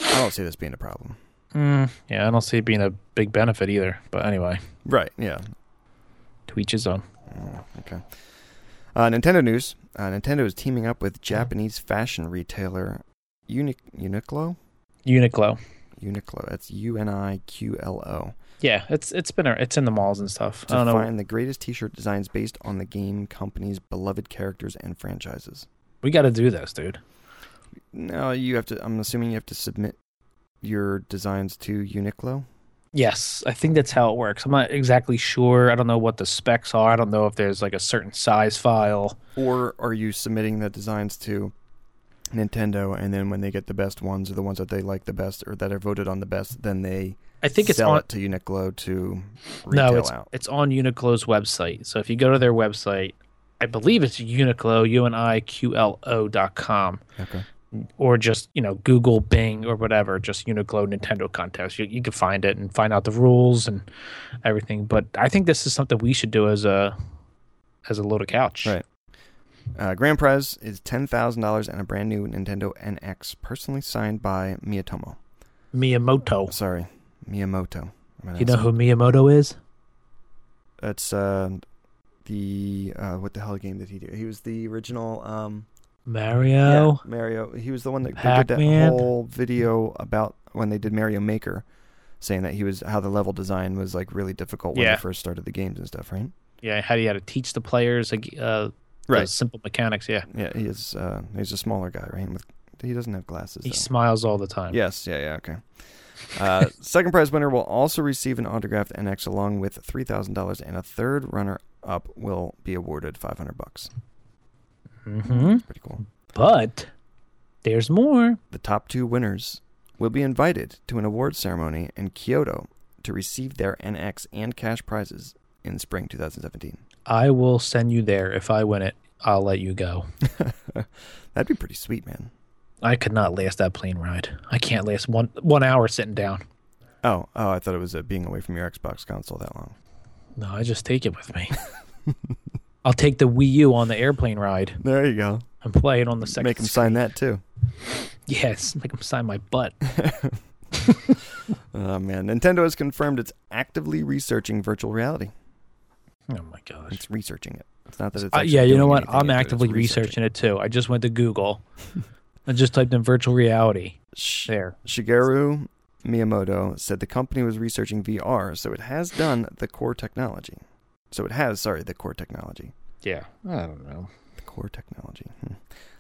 S2: I don't see this being a problem.
S1: mm, yeah i don't see it being a big benefit either but anyway
S2: Right. Yeah.
S1: to each his own
S2: Mm, Okay. Uh, Nintendo news. Uh, Nintendo is teaming up with
S1: Mm-hmm.
S2: Japanese fashion retailer Uni- Uniqlo.
S1: uniqlo
S2: Uniqlo. That's U N I Q L O.
S1: yeah it's it's been a- it's in the malls and stuff
S2: To
S1: i don't know
S2: find the greatest T-shirt designs based on the game company's beloved characters and franchises.
S1: we got to do this dude
S2: No, you have to. I'm assuming you have to submit your designs to Uniqlo.
S1: yes i think that's how it works i'm not exactly sure i don't know what the specs are i don't know if there's like a certain size file
S2: Or are you submitting the designs to Nintendo, and then when they get the best ones, or the ones that they like the best, or that are voted on the best, then they
S1: i think it's
S2: sell
S1: on
S2: it to Uniqlo to retail
S1: no it's
S2: out.
S1: it's on uniqlo's website so if you go to their website i believe it's uniqlo u-n-i-q-l-o dot com
S2: Okay.
S1: or just you know Google Bing or whatever, just Uniqlo Nintendo contest. You, you can find it and find out the rules and everything. But I think this is something we should do as a as a load of couch.
S2: Right. Uh, grand prize is ten thousand dollars and a brand new Nintendo NX, personally signed by Miyamoto.
S1: Miyamoto.
S2: Sorry, Miyamoto. I'm gonna
S1: You know
S2: ask-
S1: who Miyamoto is?
S2: That's uh, the uh, what the hell game did he do? He was the original um, yeah,
S1: Mario.
S2: Mario. He was the one that they did that
S1: Pac-Man?
S2: whole video about when they did Mario Maker, saying that he was how the level design was like really difficult when
S1: Yeah.
S2: they first started the games and stuff, right?
S1: Yeah. How do you how to teach the players like uh,
S2: Right.
S1: those simple mechanics? Yeah.
S2: Yeah, he is. Uh, he's a smaller guy, right? With he doesn't have glasses.
S1: He
S2: though.
S1: smiles all the time.
S2: Yes, yeah, yeah, okay. Uh, [LAUGHS] second prize winner will also receive an autographed NX along with three thousand dollars, and a third runner up will be awarded five hundred bucks.
S1: Mm-hmm.
S2: That's pretty cool.
S1: But there's more.
S2: The top two winners will be invited to an awards ceremony in Kyoto to receive their NX and cash prizes in spring 2017.
S1: I will send you there if I win it. I'll let you go.
S2: That'd be pretty sweet, man.
S1: I could not last that plane ride. I can't last one one hour sitting down.
S2: Oh, oh, I thought it was uh, being away from your Xbox console that long.
S1: No, I just take it with
S2: [LAUGHS]
S1: me. I'll take the Wii U on the airplane ride
S2: There you go.
S1: and play it on the second.
S2: Make him
S1: screen.
S2: sign that too.
S1: Yes, make them sign my
S2: [LAUGHS]
S1: butt.
S2: Oh man, Nintendo has confirmed it's actively researching virtual reality.
S1: Oh my gosh.
S2: It's researching it. It's not that it's
S1: Uh,
S2: actually
S1: yeah, you know
S2: doing
S1: what?
S2: anything
S1: I'm
S2: yet, but it's
S1: actively researching it too. I just went to
S2: [LAUGHS]
S1: Google. I just typed in virtual reality.
S2: Sh-
S1: There.
S2: Shigeru Miyamoto said the company was researching VR, so it has done the core technology. So it has, sorry, the core technology.
S1: Yeah, I don't know.
S2: The core technology. Hmm.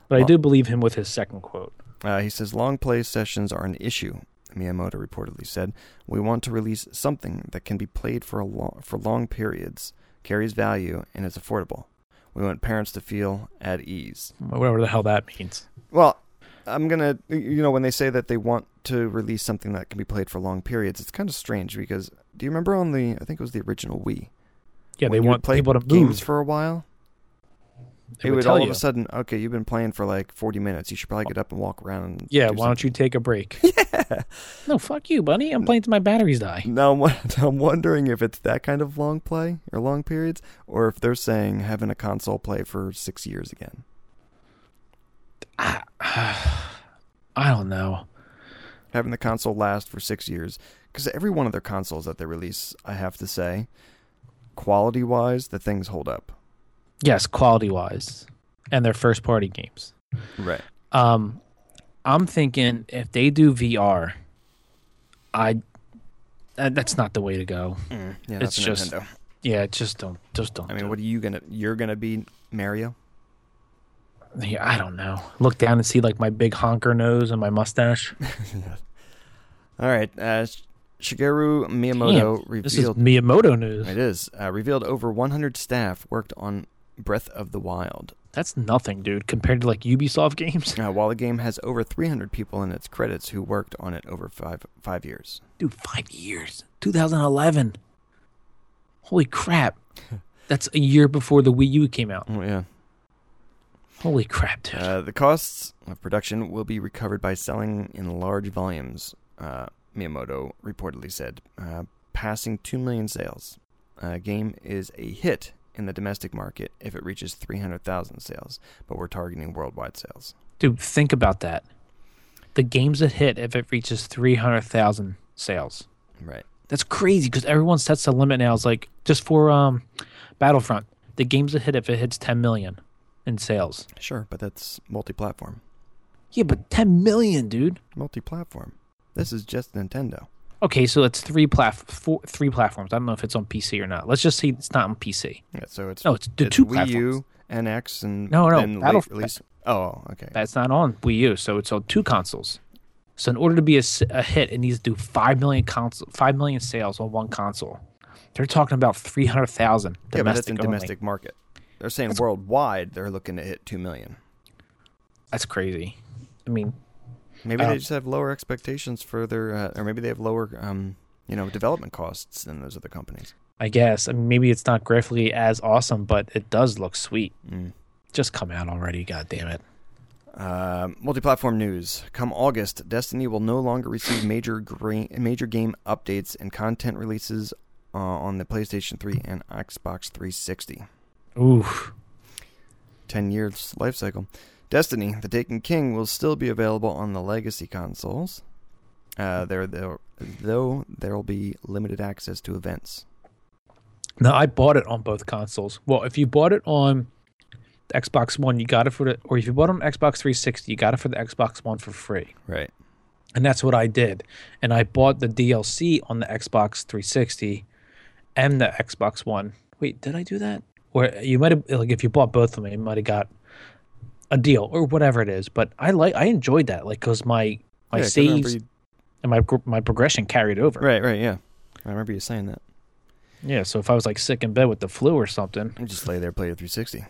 S1: But I
S2: Well-
S1: do believe him with his second quote.
S2: Uh, he says long play sessions are an issue. Miyamoto reportedly said, "We want to release something that can be played for a long, for long periods, carries value, and is affordable. We want parents to feel at ease."
S1: Whatever the hell that means.
S2: Well, I'm gonna, you know, when they say that they want to release something that can be played for long periods, it's kind of strange because do you remember on the, I think it was the original Wii,
S1: Yeah,
S2: when
S1: they
S2: you would
S1: want
S2: play
S1: people to move.
S2: games for a while.
S1: They
S2: it
S1: would
S2: would
S1: tell
S2: all of
S1: you.
S2: a sudden, okay, you've been playing for like 40 minutes. You should probably get up and walk around. And
S1: yeah,
S2: do
S1: why don't you take a
S2: [LAUGHS]
S1: break? No, fuck you, buddy. I'm playing till my batteries die.
S2: Now I'm, won- [LAUGHS] I'm wondering if it's that kind of long play or long periods, or if they're saying having a console play for six years again.
S1: I don't know.
S2: Having the console last for six years. Because every one of their consoles that they release, I have to say, quality wise, the things hold up.
S1: Yes, quality wise, and their first party games.
S2: Right.
S1: Um, I'm thinking if they do VR, I that- that's not the way to go.
S2: Yeah,
S1: It's
S2: that's a
S1: just-
S2: Nintendo.
S1: Yeah, just don't, just don't.
S2: I
S1: do
S2: mean,
S1: it.
S2: what are you gonna? You're gonna be Mario?
S1: Yeah, I don't know. Look down and see like my big honker nose and my mustache.
S2: All right. Uh, Sh- Shigeru Miyamoto
S1: Damn, this is
S2: revealed.
S1: Miyamoto news.
S2: It is uh, revealed over 100 staff worked on Breath of the Wild.
S1: That's nothing, dude, compared to like Ubisoft [LAUGHS] games.
S2: Uh, while the game has over 300 people in its credits who worked on it over five five years.
S1: Dude, five years, 2011. Holy [LAUGHS] crap! That's a year before the Wii U came out.
S2: Oh yeah.
S1: Holy crap, dude.
S2: Uh, the costs of production will be recovered by selling in large volumes. Uh, Miyamoto reportedly said, uh, passing two million sales. Uh, game is a hit in the domestic market if it reaches 300,000 sales, but we're targeting worldwide sales.
S1: Dude, think about that. The game's a hit if it reaches 300,000 sales.
S2: Right.
S1: That's crazy because everyone sets the limit now. It's like just for um, Battlefront, the game's a hit if it hits 10 million in sales.
S2: Sure, but that's multi-platform.
S1: Yeah, but 10 million, dude.
S2: Multi-platform. This is just Nintendo.
S1: Okay, so it's three plat four, three platforms. I don't know if it's on PC or not. Let's just say it's not on PC.
S2: Yeah, so it's
S1: No, it's the two
S2: Wii U, NX, and
S1: No, no,
S2: and late
S1: Battlef-
S2: release. Oh, okay.
S1: That's not on Wii U, so it's on two consoles. So in order to be a, s- a hit, it needs to do five million console, five million sales on one console. They're talking about three hundred thousand domestic.
S2: yeah, but that's in
S1: only.
S2: domestic market. They're saying worldwide, they're looking to hit two million.
S1: That's crazy. I mean,
S2: Maybe
S1: Um,
S2: they just have lower expectations for their, uh, or maybe they have lower, um, you know, development costs than those other companies.
S1: I guess. I mean, maybe it's not graphically as awesome, but it does look sweet.
S2: Mm.
S1: Just come out already, god damn it.
S2: Uh, multi-platform news. Come August, Destiny will no longer receive major gra- major game updates and content releases uh, on the PlayStation 3 and Xbox 360.
S1: Oof.
S2: 10 years life cycle. Destiny, The Taken King, will still be available on the legacy consoles. Uh, there, there, though, there will be limited access to events.
S1: No, I bought it on both consoles. Well, if you bought it on Xbox One, you got it for the, or if you bought it on Xbox 360, you got it for the Xbox One for free.
S2: Right.
S1: And that's what I did. And I bought the DLC on the Xbox 360 and the Xbox One. Wait, did I do that? Or you might have like if you bought both of them, you might have got a deal or whatever it is. But I like I enjoyed that like because my my
S2: Yeah, 'cause I remember
S1: saves
S2: you-
S1: and my gr- my progression carried over.
S2: right, right, yeah. I remember you saying that.
S1: Yeah. So if I was like sick in bed with the flu or something,
S2: You just lay there, play your 360.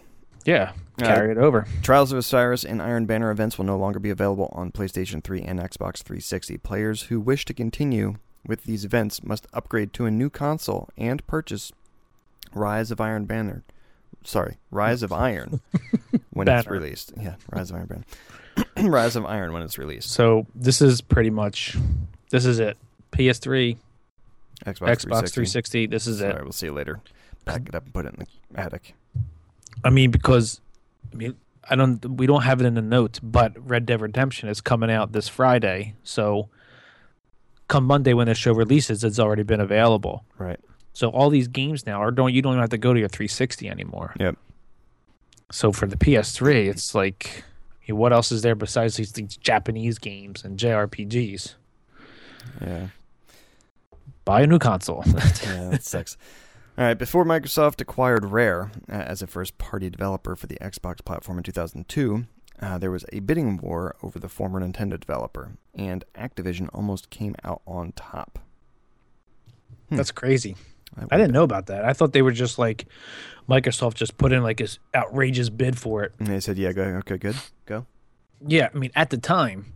S1: Yeah,
S2: Uh,
S1: carry it over.
S2: Trials of Osiris and Iron Banner events will no longer be available on PlayStation 3 and Xbox 360. Players who wish to continue with these events must upgrade to a new console and purchase Rise of Iron Banner. Sorry, Rise of [LAUGHS] Iron when it's
S1: Banner.
S2: released. Yeah, Rise of Iron Banner. [CLEARS THROAT] Rise of Iron when it's released.
S1: So this is pretty much this is it. PS3,
S2: Xbox,
S1: Xbox 360. This is
S2: All
S1: it.
S2: right, we'll see you later. Pack it up and put it in the attic.
S1: I mean, because I mean, I don't. We don't have it in the notes, but Red Dead Redemption is coming out this Friday. So, come Monday when the show releases, it's already been available.
S2: Right.
S1: So all these games now are don't you don't even have to go to your 360 anymore.
S2: Yep.
S1: So for the PS3, it's like, I mean, what else is there besides these, these Japanese games and JRPGs?
S2: Yeah.
S1: Buy a new console. [LAUGHS]
S2: yeah, that sucks. All right, before Microsoft acquired Rare uh, as a first party developer for the Xbox platform in 2002, uh, there was a bidding war over the former Nintendo developer, and Activision almost came out on top.
S1: That's crazy.
S2: would've
S1: I didn't know about that. I thought they were just like Microsoft just put in like this outrageous bid for it.
S2: been- And they said, yeah, go, okay, good, go.
S1: Yeah, I mean at the time,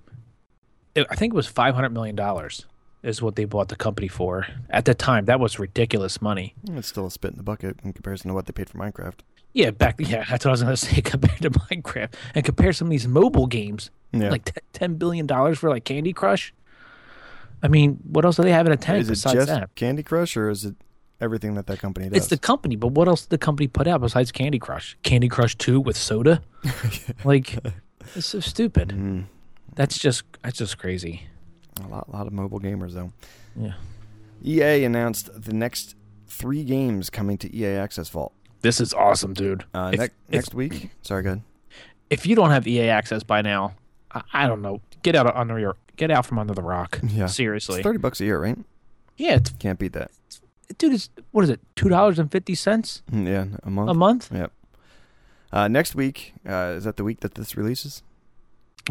S1: it, I think it was five hundred million dollars is what they bought the company for. At the time, that was ridiculous money.
S2: It's still a spit in the bucket in comparison to what they paid for Minecraft.
S1: Yeah, back [LAUGHS] yeah, that's what I was gonna say [LAUGHS] compared to Minecraft and compare some of these mobile games
S2: Yeah.
S1: like t- ten billion dollars for like Candy Crush. I mean, what else do they have in a tank
S2: is it
S1: besides
S2: just
S1: that?
S2: Candy Crush, or is it everything that that company does?
S1: It's the company, but what else did the company put out besides Candy Crush? Candy Crush Two with
S2: [LAUGHS]
S1: soda, like it's so stupid.
S2: Mm.
S1: That's just that's just crazy.
S2: A lot, lot of mobile gamers, though.
S1: Yeah.
S2: EA announced the next three games coming to EA Access Vault
S1: This is awesome, dude.
S2: uh,
S1: if,
S2: nec-
S1: if-
S2: next week. Sorry, go ahead.
S1: if you don't have EA access by now, I, I don't know. Get out of under your get out from under the rock.
S2: Yeah.
S1: seriously.
S2: It's 30 bucks a year, right?
S1: yeah, it's,
S2: Can't beat that.
S1: dude. It's what is it? Two dollars and fifty cents
S2: Mm, Yeah, a month.
S1: a month.
S2: Yep. Uh, next week, uh, is that the week that this releases?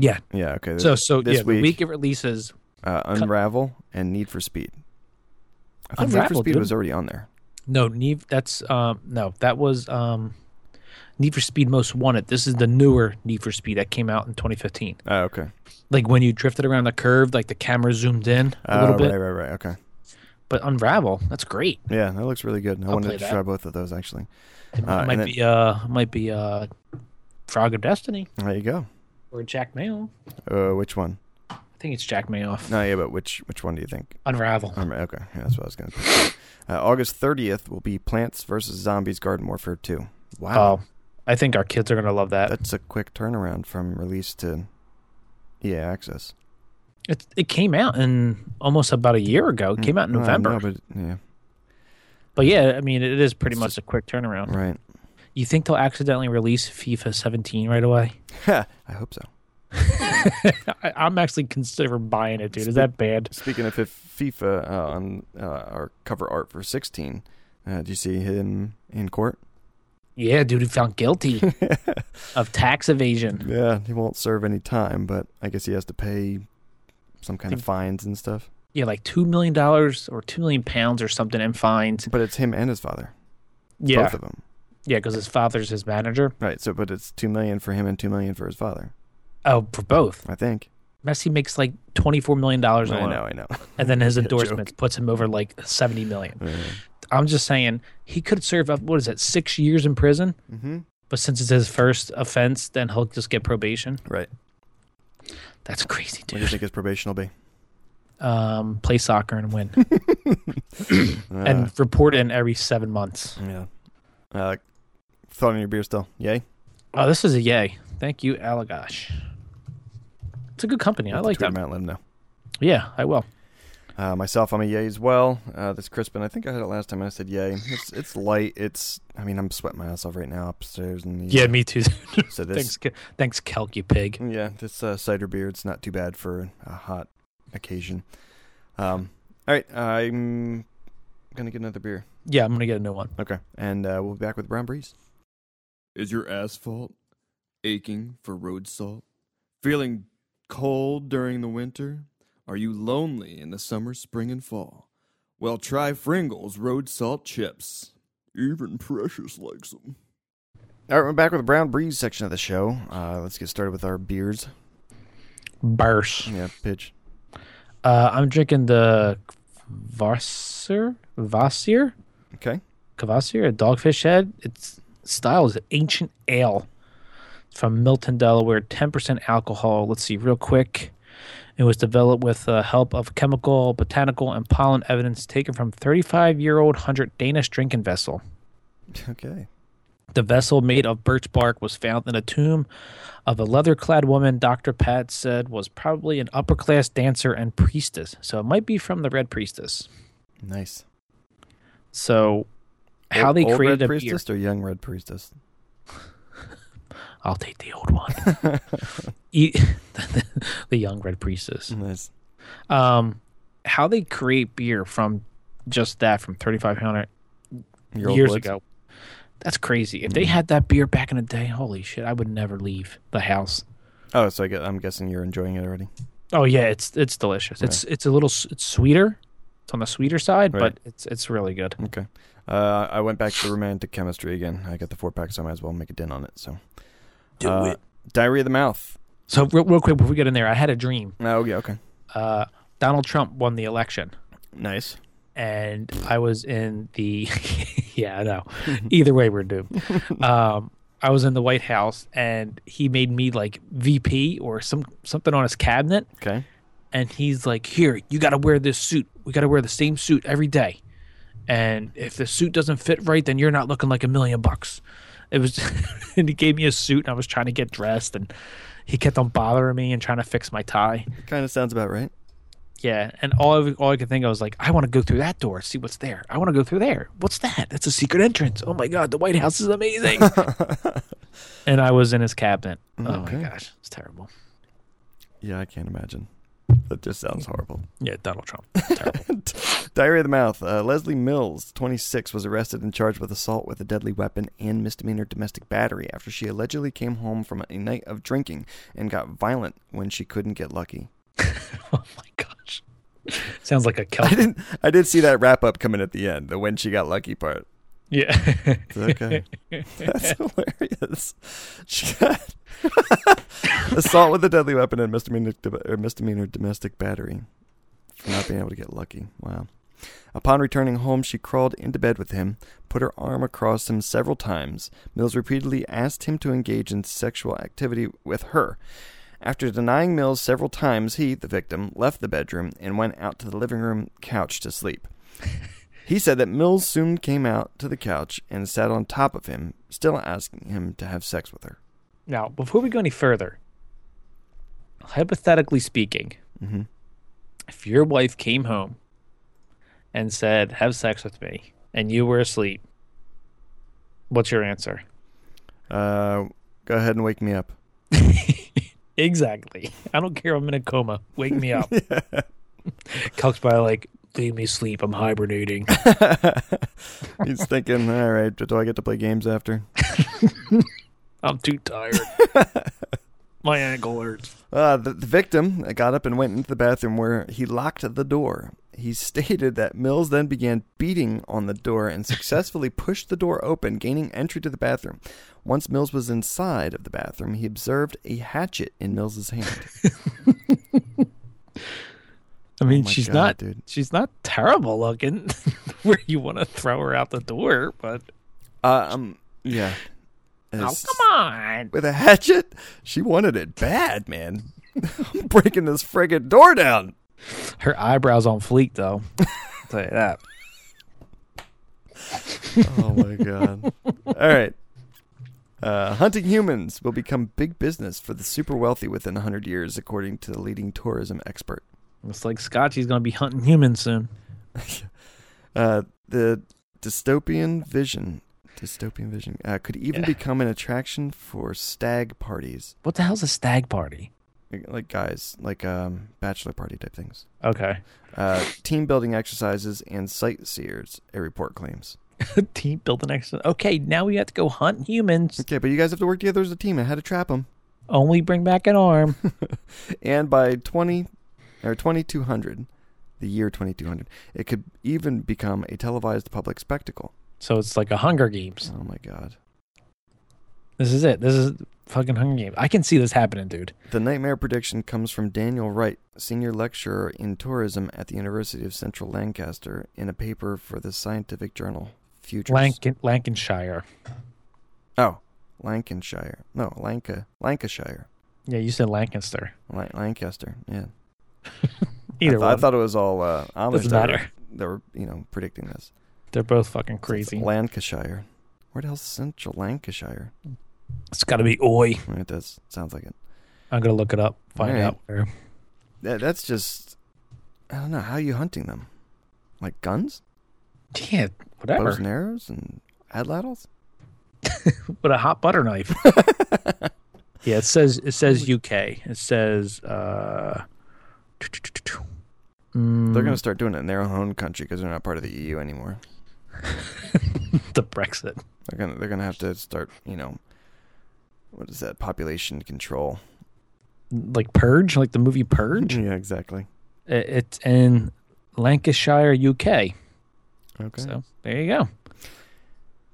S1: Yeah.
S2: Yeah, okay.
S1: So so
S2: this
S1: yeah,
S2: week,
S1: the week it releases.
S2: uh, Unravel and Need for Speed. I thought Need for
S1: Unravel,
S2: Speed
S1: dude.
S2: was already on there.
S1: No, Need that's um no, that was um Need for Speed Most Wanted. This is the newer Need for Speed that came out in 2015.
S2: Oh, okay.
S1: Like when you drifted around the curve, like the camera zoomed in a
S2: Oh,
S1: little bit.
S2: Right, right, right. Okay.
S1: But Unravel, that's great.
S2: Yeah, that looks really good. I
S1: I'll play
S2: wanted to
S1: that.
S2: try both of those, actually.
S1: It
S2: Uh, and
S1: might
S2: then-
S1: be uh might be uh Frog of Destiny
S2: There you go.
S1: or Jack Mayo.
S2: Uh, which one?
S1: I think it's Jack Mayoff.
S2: No, yeah, but which which one do you think?
S1: Unravel.
S2: Um, okay, yeah, that's what I was going to Uh August 30th will be Plants vs. Zombies Garden Warfare 2. Wow.
S1: Oh, I think our kids are gonna love that.
S2: That's a quick turnaround from release to EA Access.
S1: It it came out in almost about a year ago. It came out in
S2: Oh,
S1: November.
S2: no, but yeah,
S1: But yeah, I mean it is pretty
S2: It's
S1: much
S2: just-
S1: a quick turnaround.
S2: [LAUGHS] right.
S1: You think they'll accidentally release FIFA 17 right away?
S2: I hope so.
S1: I, I'm actually considering buying it, dude. Is that bad?
S2: Speaking of Fif- FIFA, uh, on uh, our cover art for 16, uh, did you see him in court?
S1: Yeah, dude, he found
S2: [LAUGHS]
S1: guilty of tax evasion.
S2: Yeah, he won't serve any time, but I guess he has to pay some kind of fines and stuff.
S1: Yeah, like two million dollars or two million pounds or something in fines.
S2: But it's him and his father,
S1: Yeah,
S2: both of them,
S1: yeah, because his father's his manager.
S2: right? So, but it's two million for him and two million for his father,
S1: Oh, for both.
S2: I think.
S1: Messi makes like twenty four million dollars
S2: I
S1: alone,
S2: know, I know.
S1: and then [LAUGHS] his endorsements puts him over like seventy million. I'm just saying he could serve up what is it six years in prison,
S2: mm-hmm.
S1: but since it's his first offense, then he'll just get probation.
S2: [LAUGHS] Right.
S1: That's crazy,
S2: What do you
S1: dude.
S2: think his probation will be?
S1: Um, play soccer and [LAUGHS] win.
S2: Uh,
S1: and report in every seven months.
S2: yeah. Uh, thought on your beer still? Yay.
S1: Oh, this is a yay. Thank you, Allagash. It's a good company. I like
S2: Tweet him
S1: them.
S2: out, let him know.
S1: Yeah, I will.
S2: Uh, myself, I'm a yay as well. Uh, this Crispin, I think I had it last time. and I said yay. It's it's light. It's I mean I'm sweating my ass off right now upstairs in the
S1: Yeah, me too.
S2: So
S1: [LAUGHS] thanks,
S2: this
S1: Ke- thanks, Kelk, you pig.
S2: yeah this uh, cider beer. It's not too bad for a hot occasion. Um, all right, I'm gonna get another beer.
S1: Yeah, I'm gonna get a new one.
S2: Okay, and uh, we'll be back with Brown Breeze.
S4: Is your asphalt aching for road salt? Feeling cold during the winter? Are you lonely in the summer, spring, and fall? Well, try Fringles Road Salt Chips. Even Precious likes them.
S2: All right, we're back with the Brown Breeze section of the show. Uh, let's get started with our beers.
S1: Burst.
S2: Yeah, pitch.
S1: Uh, I'm drinking the Kvasir, Kvasir,
S2: Okay. [LAUGHS]
S1: Kvasir, a dogfish head. Its style is ancient ale from Milton, Delaware, 10% alcohol. Let's see, real quick. It was developed with the help of chemical, botanical, and pollen evidence taken from 35 year old 100 Danish drinking vessel.
S2: Okay.
S1: The vessel made of birch bark was found in a tomb of a leather clad woman Dr. Pat said was probably an upper class dancer and priestess. So it might be from the Red Priestess.
S2: Nice.
S1: So how they
S2: Old
S1: created
S2: red
S1: a beer.
S2: priestess or young red priestess?
S1: I'll take the old one. [LAUGHS] E- the young Red Priestess.
S2: Nice.
S1: Um, how they create beer from just that from 3,500
S2: Your old
S1: years
S2: bloods?
S1: ago. Mm. That's crazy. If they had that beer back in the day, holy shit, I would never leave the house.
S2: Oh, so I gue- I'm guessing you're enjoying it already.
S1: Oh yeah, it's it's delicious. It's it's a little s- it's sweeter. It's on the sweeter side,
S2: Right.
S1: but it's it's really good.
S2: Okay. Uh, I went back to romantic chemistry again. I got the four pack, so I might as well make a din on it. So. Do it. Diary of the Mouth.
S1: So real, real quick before we get in there, I had a dream.
S2: Oh yeah. Okay.
S1: Uh, Donald Trump won the election,
S2: Nice.
S1: and I was in the [LAUGHS] yeah, I know. Either way, we're doomed. Um, I was in the White House, and he made me like VP or some something on his cabinet,
S2: Okay.
S1: and he's like, "Here, you got to wear this suit. We got to wear the same suit every day. And if the suit doesn't fit right, then you're not looking like a million bucks." It was, [LAUGHS] and he gave me a suit, and I was trying to get dressed, and he kept on bothering me and trying to fix my tie.
S2: Kind of sounds about right.
S1: Yeah, and all I, all I could think of was like, I want to go through that door, see what's there. I want to go through there. What's that? That's a secret entrance. Oh my god, the White House is amazing. and I was in his cabinet. Oh
S2: Okay.
S1: my gosh, it's terrible.
S2: Yeah, I can't imagine. That just sounds horrible.
S1: Yeah, Donald [LAUGHS] Trump.
S2: Diary of the Mouth. Uh, Leslie Mills, 26, was arrested and charged with assault with a deadly weapon and misdemeanor domestic battery after she allegedly came home from a night of drinking and got violent when she couldn't get lucky.
S1: oh my gosh, sounds like a
S2: I
S1: Celtic.
S2: didn't. I did see that wrap up coming at the end, the when she got lucky part.
S1: Yeah. [LAUGHS]
S2: It's Okay, that's hilarious. [LAUGHS] She got assault with a deadly weapon and misdemeanor or misdemeanor domestic battery for not being able to get lucky. Wow. Upon returning home, she crawled into bed with him, put her arm across him several times. Mills repeatedly asked him to engage in sexual activity with her. After denying Mills several times, he, the victim, left the bedroom and went out to the living room couch to sleep. He said that Mills soon came out to the couch and sat on top of him, still asking him to have sex with her.
S1: now, before we go any further, hypothetically speaking,
S2: Mhm.
S1: if your wife came home and said, "Have sex with me," and you were asleep, what's your answer?
S2: Uh, go ahead and wake me up.
S1: Exactly. I don't care. if I'm in a coma. Wake me
S2: [LAUGHS]
S1: up. Cucks by like, leave me sleep. I'm
S2: [LAUGHS]
S1: hibernating. [LAUGHS]
S2: He's thinking, all right, do I get to play games after?
S1: I'm too
S2: [LAUGHS]
S1: tired. My ankle hurts.
S2: Uh, the, the victim got up and went into the bathroom where he locked the door. He [LAUGHS] stated that Mills then began beating on the door
S1: [LAUGHS]
S2: and successfully pushed the door open, gaining entry to the bathroom. Once Mills was inside of the bathroom, he observed a hatchet in Mills's hand.
S1: [LAUGHS] I mean,
S2: Oh my
S1: she's
S2: God,
S1: not.
S2: dude.
S1: She's not terrible looking. [LAUGHS] where you want to throw her out the door, but
S2: Uh, um, yeah.
S1: oh
S2: It's-
S1: come on.
S2: with a hatchet. She wanted it bad, man. [LAUGHS] I'm breaking this friggin' door down.
S1: Her eyebrows on fleek
S2: [LAUGHS]
S1: though. I'll tell you that.
S2: Oh my god. [LAUGHS] All right. Uh, hunting humans will become big business for the super wealthy within 100 years, according to the leading tourism expert.
S1: It's like Scotchy's gonna be hunting humans soon.
S2: Uh, the dystopian vision, dystopian vision, uh, could even
S1: Yeah.
S2: become an attraction for stag parties,
S1: What the hell's a stag party?
S2: like guys, like um, bachelor party type things,
S1: Okay. [LAUGHS]
S2: uh, team building exercises, and sightseers. A report claims.
S1: Team building excellent. Okay, now we have to go hunt humans.
S2: Okay, but you guys have to work together as a team and how to trap them.
S1: Only bring back an arm.
S2: And by 20 or 2200, the year 2200, it could even become a televised public spectacle.
S1: So it's like a Hunger Games.
S2: Oh my god.
S1: This is it. This is fucking Hunger Games. I can see this happening, dude.
S2: The nightmare prediction comes from Daniel Wright, senior lecturer in tourism at the University of Central Lancaster, in a paper for the scientific journal Futures.
S1: Lanc- Lancashire.
S2: oh, Lancashire. No, Lanca Lancashire.
S1: Yeah, you said Lancaster.
S2: Lan- Lancaster. Yeah.
S1: Either one.
S2: I, thought, I thought it was all uh, Amish.
S1: Doesn't
S2: that were-
S1: matter.
S2: That were you know predicting this.
S1: They're both fucking
S2: So it's
S1: crazy.
S2: Lancashire. Where the hell's Central Lancashire?
S1: It's got to be Oi.
S2: I mean, it does sounds like it.
S1: I'm gonna look it up. Find
S2: Alright.
S1: out where.
S2: That, that's just. I don't know how are you hunting them, like guns,
S1: Yeah,
S2: bows
S1: whatever.
S2: and arrows, and adlattles.
S1: With a hot butter
S2: [LAUGHS]
S1: knife. yeah, it says it says UK. It says. uh
S2: They're going to start doing it in their own country because they're not part of the EU anymore.
S1: the Brexit.
S2: They're gonna they're gonna have to start you know, what is that population control?
S1: Like Purge, like the movie Purge.
S2: yeah, exactly.
S1: I- It's in Lancashire, UK.
S2: Okay.
S1: So there you go. [LAUGHS]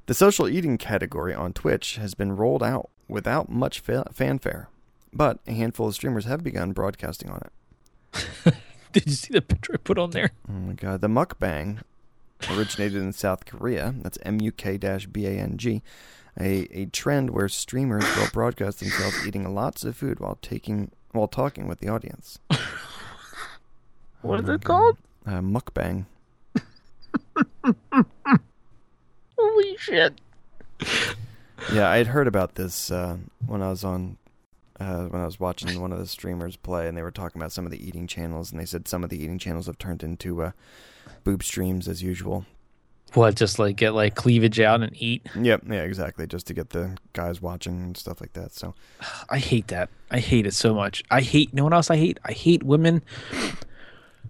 S2: The social eating category on Twitch has been rolled out without much fa- fanfare, but a handful of streamers have begun broadcasting on it.
S1: Did you see the picture I put on there?
S2: Oh my god, the mukbang originated in South Korea. That's M U K B A N G. A, a trend where streamers
S1: [LAUGHS]
S2: will broadcast themselves eating lots of food while taking while talking with the audience.
S1: [LAUGHS] What is it called?
S2: Uh, mukbang.
S1: [LAUGHS] Holy shit!
S2: Yeah, I had heard about this uh, when I was on uh, when I was watching one of the streamers play, and they were talking about some of the eating channels, and they said some of the eating channels have turned into uh, boob streams as usual.
S1: What? Just like get like cleavage out and eat?
S2: Yep, yeah, exactly, just to get the guys watching and stuff like that. So
S1: I hate that. I hate it so much. I hate. You know what else I hate? I hate women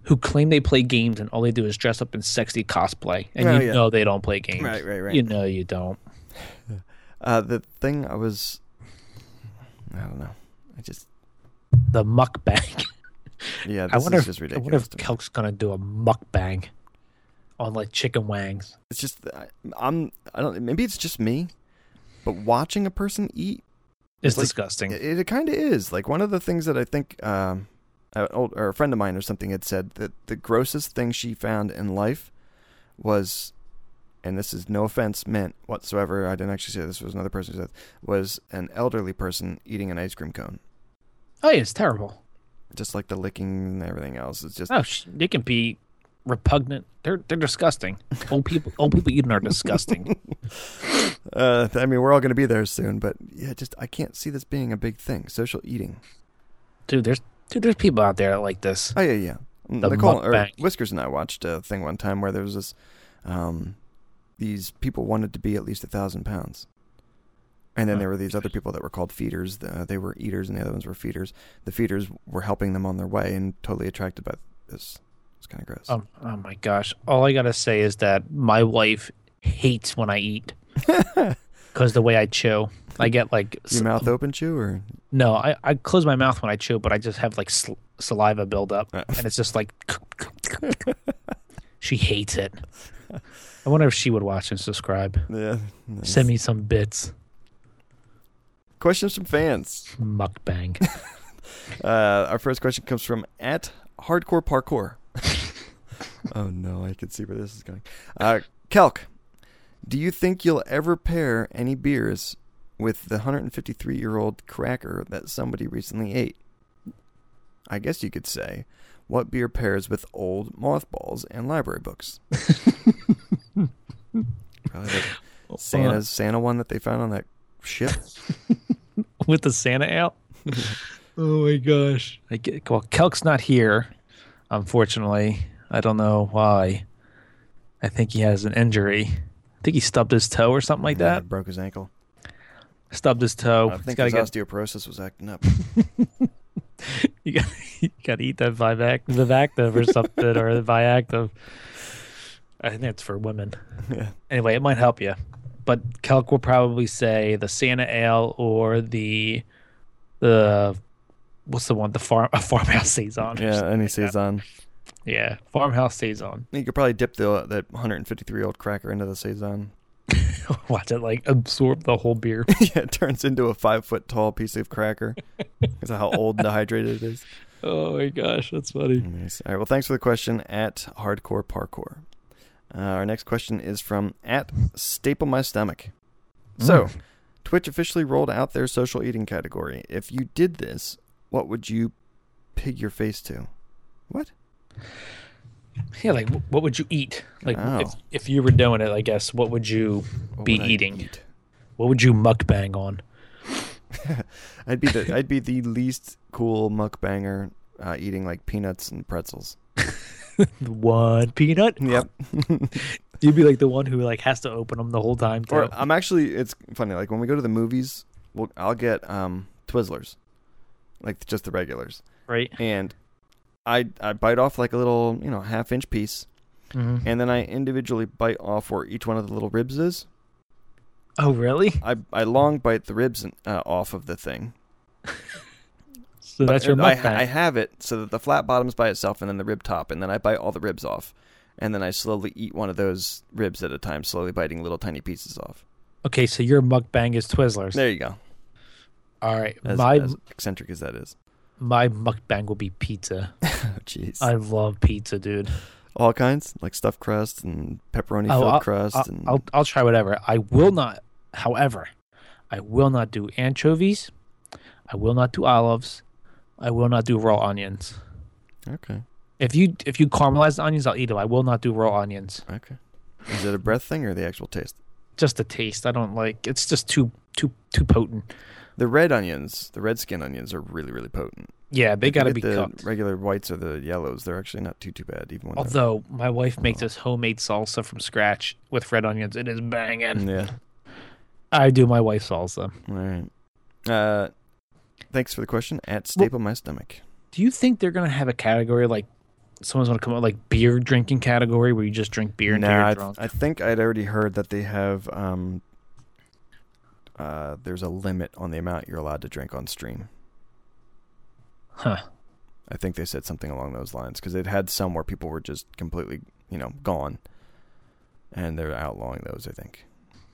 S1: who claim they play games and all they do is dress up in sexy cosplay, and
S2: Oh,
S1: you
S2: yeah.
S1: know they don't play games.
S2: Right, right, right.
S1: You know you don't.
S2: uh, the thing I was, I don't know, I just
S1: The
S2: [LAUGHS]
S1: mukbang.
S2: yeah, this
S1: I wonder.
S2: is
S1: If,
S2: just
S1: I
S2: ridiculous.
S1: wonder if
S2: to me.
S1: Kelk's gonna do a mukbang on like chicken wangs.
S2: it's just I, I'm I don't maybe it's just me, but watching a person eat
S1: It's,
S2: It's like-
S1: disgusting.
S2: It, it kind of is. Like one of the things that I think um, a, old, or a friend of mine or something had said that the grossest thing she found in life was, and this is no offense meant whatsoever. I didn't actually say this. Was another person who said was an elderly person eating an ice cream cone,
S1: oh yeah, it's terrible.
S2: just like the licking and everything else. It's just
S1: Oh, sh- they can be repugnant. They're they're disgusting. Old people old people eating are
S2: [LAUGHS]
S1: disgusting.
S2: Uh, I mean, we're all going to be there soon, but yeah, just I can't see this being a big thing. Social eating.
S1: dude, there's dude, there's people out there like this.
S2: Oh yeah, yeah.
S1: The
S2: Nicole or
S1: mukbang.
S2: Whiskers and I watched a thing one time where there was this, um, these people wanted to be at least a thousand pounds, and
S1: Oh,
S2: then there were these other people that were called feeders. Uh, they were eaters, and the other ones were feeders. The feeders were helping them on their way and totally attracted by this. It's kind of gross.
S1: Um, oh my gosh. All I gotta say is that my wife hates when I eat because the way I chew, I get like s-
S2: Your mouth open, chew, or
S1: no. I, I close my mouth when I chew, but I just have like sl- saliva buildup,
S2: Uh.
S1: and it's just like she hates it. I wonder if she would watch and subscribe.
S2: yeah.
S1: Send me some bits.
S2: Questions from fans.
S1: Mukbang.
S2: Uh, our first question comes from at
S1: [LAUGHS]
S2: hardcore parkour. oh no, I can see where this is going. Uh, Calc, do you think you'll ever pair any beers with the 153 year old cracker that somebody recently ate? I guess you could say, what beer pairs with old mothballs and library
S1: [LAUGHS]
S2: books? Probably the
S1: uh,
S2: Santa's Santa one that they found on that ship.
S1: with the Santa out. [LAUGHS] oh my gosh! I get, well, Kelk's not here, unfortunately. I don't know why. I think he has an injury. I think he stubbed his toe or something like [LAUGHS] that.
S2: broke his ankle.
S1: Stubbed his toe.
S2: Mm. I
S1: He's
S2: think
S1: gotta
S2: his
S1: get,
S2: osteoporosis was acting up.
S1: [LAUGHS] you, gotta, you gotta eat that Vivac, Vivactive or something, or the Viactive. I think it's for women.
S2: [LAUGHS] Yeah.
S1: Anyway, it might help you. But Kelk will probably say the Santa Ale or the the what's the one the farm [LAUGHS] a farmhouse saison. or
S2: Yeah,
S1: something
S2: and
S1: like
S2: he
S1: that.
S2: stays on.
S1: Yeah, farmhouse stays on.
S2: You could probably dip the that 153 year old cracker into the saison.
S1: [LAUGHS]
S2: [LAUGHS]
S1: Watch it like absorb the whole beer. [LAUGHS]
S2: yeah, it turns into a five foot tall piece of cracker. Because how old and dehydrated it is.
S1: oh my gosh, that's funny.
S2: Nice. All right. Well, thanks for the question at Hardcore Parkour. Uh, our next question is from at Staple My Stomach.
S1: Mm.
S2: So, Twitch officially rolled out their social eating category. If you did this, what would you pig your face to? What?
S1: Yeah, like wh- what would you eat? Like
S2: Oh.
S1: if, if you were doing it, I guess what would you
S2: What
S1: be
S2: would I
S1: eating?
S2: eat?
S1: What would you mukbang on?
S2: I'd be the I'd be the least cool mukbanger uh, eating like peanuts and pretzels.
S1: The One peanut.
S2: Yep.
S1: You'd be like the one who like has to open them the whole time. Too.
S2: [LAUGHS] Or uh, I'm actually it's funny like when we go to the movies, we'll, I'll get um Twizzlers. Like just the regulars.
S1: right.
S2: And I I bite off like a little, you know, half inch piece
S1: Mhm.
S2: and then I individually bite off where each one of the little ribs is.
S1: Oh really?
S2: I I long bite the ribs in, uh, off of the thing.
S1: So
S2: But-
S1: that's your
S2: and I,
S1: mukbang.
S2: I have it so that the flat bottom's by itself and then the rib top and then I bite all the ribs off. And then I slowly eat one of those ribs at a time, slowly biting little tiny pieces off.
S1: okay, so your mukbang is Twizzlers.
S2: There you go.
S1: All right,
S2: As,
S1: my
S2: as eccentric as
S1: [LAUGHS]
S2: that is.
S1: my mukbang will be pizza.
S2: Oh, jeez. [LAUGHS]
S1: I love pizza, dude.
S2: All kinds, like stuffed crust and pepperoni
S1: Oh,
S2: filled
S1: I'll,
S2: crust.
S1: I'll,
S2: and
S1: I'll I'll try whatever. I will not, however, I will not do anchovies. I will not do olives. I will not do raw onions.
S2: okay,
S1: If you if you caramelize the onions, I'll eat them. I will not do raw onions.
S2: okay. Is it a breath thing or the actual taste?
S1: Just the taste, I don't like. It's just too too too potent.
S2: The red onions, the red skin onions, are really really potent.
S1: Yeah, they
S2: If you
S1: got to
S2: get
S1: be
S2: the
S1: cooked.
S2: Regular whites or the yellows, they're actually not too too bad, even when. they're-
S1: Although my wife makes this homemade salsa from scratch with red onions, it is banging.
S2: [LAUGHS] yeah.
S1: I do my wife's salsa.
S2: All right. Uh, thanks for the question. At staple my stomach.
S1: Do you think they're gonna have a category like someone's gonna come up like beer drinking category where you just drink beer until
S2: Nah,
S1: you're
S2: I,
S1: drunk?
S2: I think I'd already heard that they have. Um, uh, there's a limit on the amount you're allowed to drink on stream.
S1: Huh.
S2: I think they said something along those lines because it had some where people were just completely, you know, gone, and they're outlawing those. I think.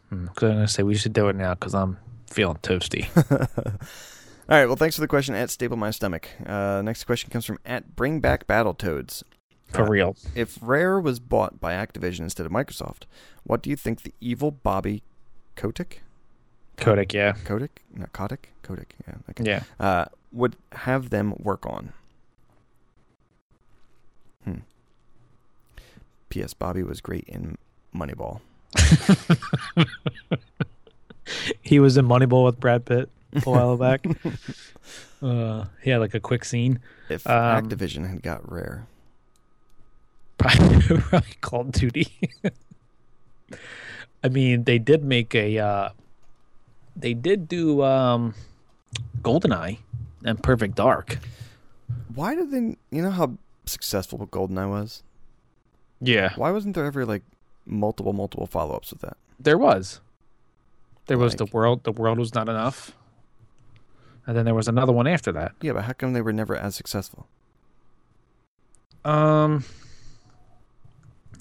S1: Because I'm gonna say we should do it now because I'm feeling
S2: [LAUGHS]
S1: toasty.
S2: All right. Well, thanks for the question. At staple my stomach. Uh, next question comes from at bring back Battletoads.
S1: For
S2: Uh,
S1: real.
S2: If Rare was bought by Activision instead of Microsoft, what do you think the evil Bobby Kotick,
S1: Kodak, yeah.
S2: Kotick, not Kotick, Kotick, yeah, okay,
S1: Yeah.
S2: uh, would have them work on? Hmm. P.S. Bobby was great in Moneyball.
S1: He was in Moneyball with Brad Pitt a while
S2: [LAUGHS]
S1: back. uh, he had like a quick scene.
S2: If
S1: Um,
S2: Activision had got Rare,
S1: [LAUGHS] Probably, probably Call of Duty. [LAUGHS] I mean, they did make a. Uh, they did do um, Goldeneye and Perfect Dark.
S2: why did they? You know how successful GoldenEye was.
S1: Yeah.
S2: Why wasn't there ever like multiple, multiple follow-ups with that?
S1: There was. There was the
S2: Like-
S1: world. The world was not enough. And then there was another one after that.
S2: Yeah, but how come they were never as successful?
S1: Um,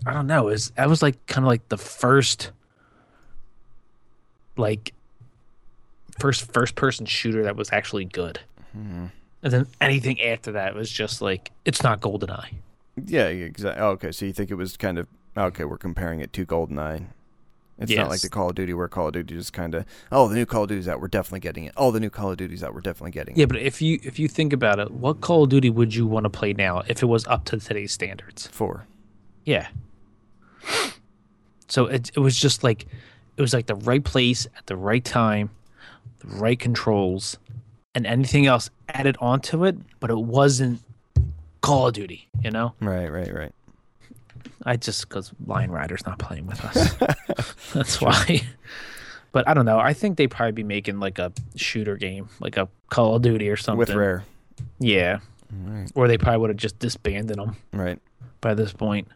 S1: I don't know. Is that was like kind of like the first, like, first first person shooter that was actually good.
S2: Hmm.
S1: And then anything after that was just like it's not GoldenEye.
S2: Yeah, exactly. okay, so you think it was kind of okay? We're comparing it to GoldenEye. It's not like
S1: Yes.
S2: the Call of Duty where Call of Duty just kind of oh the new Call of Duty's out, we're definitely getting it. Oh the new Call of Duty's out, we're definitely getting
S1: Yeah,
S2: it.
S1: but if you if you think about it, what Call of Duty would you want to play now if it was up to today's standards?
S2: Four.
S1: Yeah. So it it was just like it was like the right place at the right time, the right controls, and anything else added onto it, but it wasn't Call of Duty, you know?
S2: Right, right, right.
S1: I just cuz Lion Rider's not playing with
S2: [LAUGHS]
S1: us. [LAUGHS] That's why. But I don't know. I think they probably be making like a shooter game, like a Call of Duty or something.
S2: With Rare.
S1: Yeah.
S2: Right.
S1: Or they probably would have just disbanded them
S2: Right.
S1: by this point.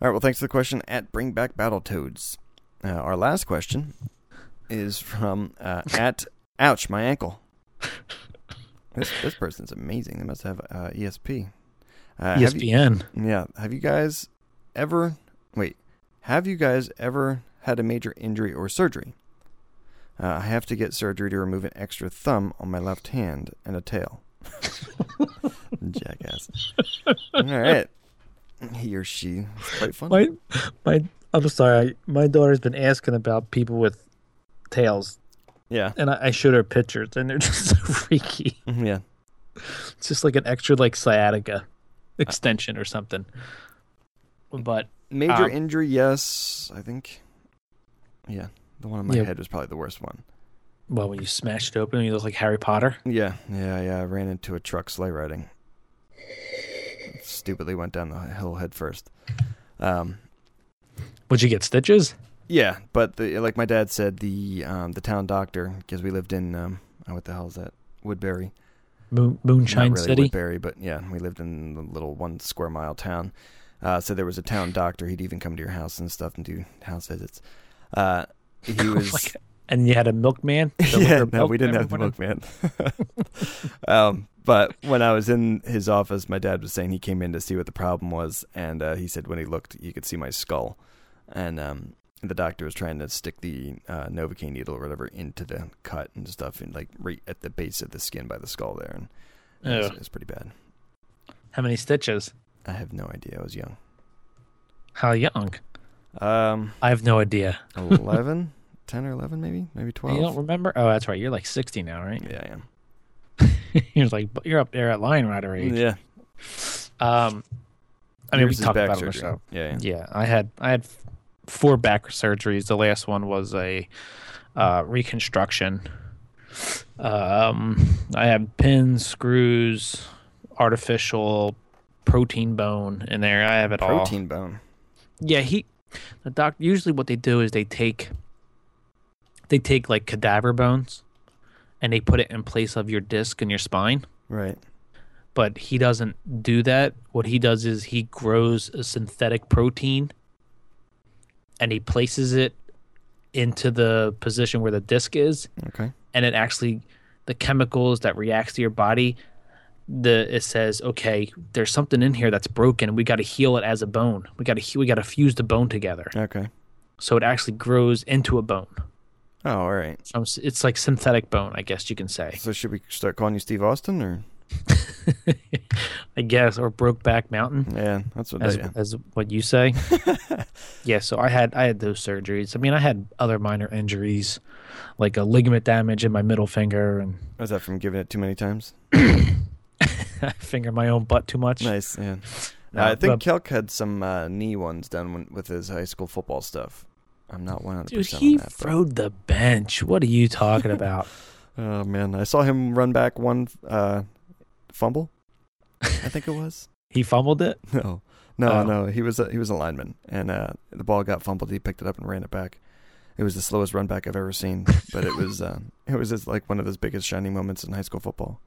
S2: All right. Well, thanks for the question. At bring back Battletoads. Uh, our last question is from uh, at [LAUGHS] ouch my ankle. This this person's amazing. They must have uh, ESP. Uh,
S1: E
S2: have you-
S1: ESPN.
S2: Yeah. Have you guys ever wait? Have you guys ever had a major injury or surgery. Uh, I have to get surgery to remove an extra thumb on my left hand and a tail. Jackass. All right. He or she. It's quite funny.
S1: My, my, I'm sorry. My daughter's been asking about people with tails,
S2: Yeah.
S1: and I, I showed her pictures, and they're [LAUGHS] just so freaky.
S2: Mhm, Yeah.
S1: It's just like an extra like sciatica extension or something. But
S2: Major
S1: Um,
S2: injury, yes. I think. Yeah. The one on my
S1: Yeah.
S2: head was probably the worst one.
S1: well, when you smash it open, you look like Harry Potter.
S2: Yeah, yeah, yeah. I ran into a truck sleigh riding. Stupidly went down the hill head first. Um,
S1: Would you get stitches?
S2: yeah, but the, like my dad said, the um, the town doctor because we lived in um, oh, what the hell is that Woodbury?
S1: Moon, Moonshine
S2: Not really
S1: City.
S2: Woodbury, but yeah, we lived in the little one square mile town. Uh, so there was a town doctor. He'd even come to your house and stuff and do house visits. Uh, he
S1: [LAUGHS]
S2: was
S1: Like, and you had a milkman. to
S2: [LAUGHS] yeah,
S1: lick her
S2: no,
S1: milk
S2: we didn't
S1: every
S2: have the
S1: morning?
S2: milkman. [LAUGHS] um, but when I was in his office, my dad was saying he came in to see what the problem was, and uh, he said when he looked, you could see my skull, and um, the doctor was trying to stick the uh, novocaine needle or whatever into the cut and stuff, and like right at the base of the skin by the skull there, and it, was,
S1: Ugh.
S2: it was pretty bad.
S1: How many stitches?
S2: I have no idea. I was young.
S1: How young?
S2: Um, [LAUGHS]
S1: I have no idea.
S2: 11, 10 or eleven, maybe, maybe
S1: You don't
S2: twelve.
S1: remember? Oh, that's right. You're like 60 now, right? [LAUGHS]
S2: Yeah, I am.
S1: you're like you're up there at Lion Rider age.
S2: Yeah,
S1: Um, I mean, we
S2: Yours is
S1: talked
S2: back
S1: about it on the
S2: surgery.
S1: show.
S2: Yeah, yeah.
S1: Yeah, I had I had f- four back surgeries. The last one was a uh, reconstruction. Um, I had pins, screws, artificial protein bone in there. I have it all.
S2: protein bone.
S1: Yeah, he the doc usually what they do is they take they take like cadaver bones and they put it in place of your disc and your spine
S2: Right.
S1: but he doesn't do that. What he does is he grows a synthetic protein and he places it into the position where the disc is
S2: Okay.
S1: and it actually the chemicals that reacts to your body the it says okay there's something in here that's broken we got to heal it as a bone we got to we got to fuse the bone together
S2: Okay.
S1: so it actually grows into a bone
S2: Oh, all right.
S1: so it's- it's like synthetic bone i guess you can say
S2: So should we start calling you Steve Austin or
S1: i guess or brokeback mountain
S2: yeah, that's what
S1: as,
S2: yeah.
S1: as what you
S2: [LAUGHS]
S1: say. yeah, so I had I had those surgeries. I mean, I had other minor injuries, like a ligament damage in my middle finger, and [LAUGHS]
S2: Is that from giving it too many times?
S1: I finger my own butt too much.
S2: Nice, yeah.
S1: No,
S2: I think
S1: but-
S2: Kelk had some uh, knee ones done when, with his high school football stuff. I'm not 100%
S1: Dude,
S2: on
S1: he
S2: that. but-
S1: throwed the bench. What are you talking [LAUGHS] about?
S2: Oh man, I saw him run back one uh, fumble. I
S1: [LAUGHS]
S2: think it was.
S1: he fumbled it.
S2: No. No,
S1: Oh.
S2: no. He was a, he was a lineman and uh, the ball got fumbled. He picked it up and ran it back. It was the slowest run back I've ever seen, but it was uh, it was just like one of those biggest shining moments in high school football.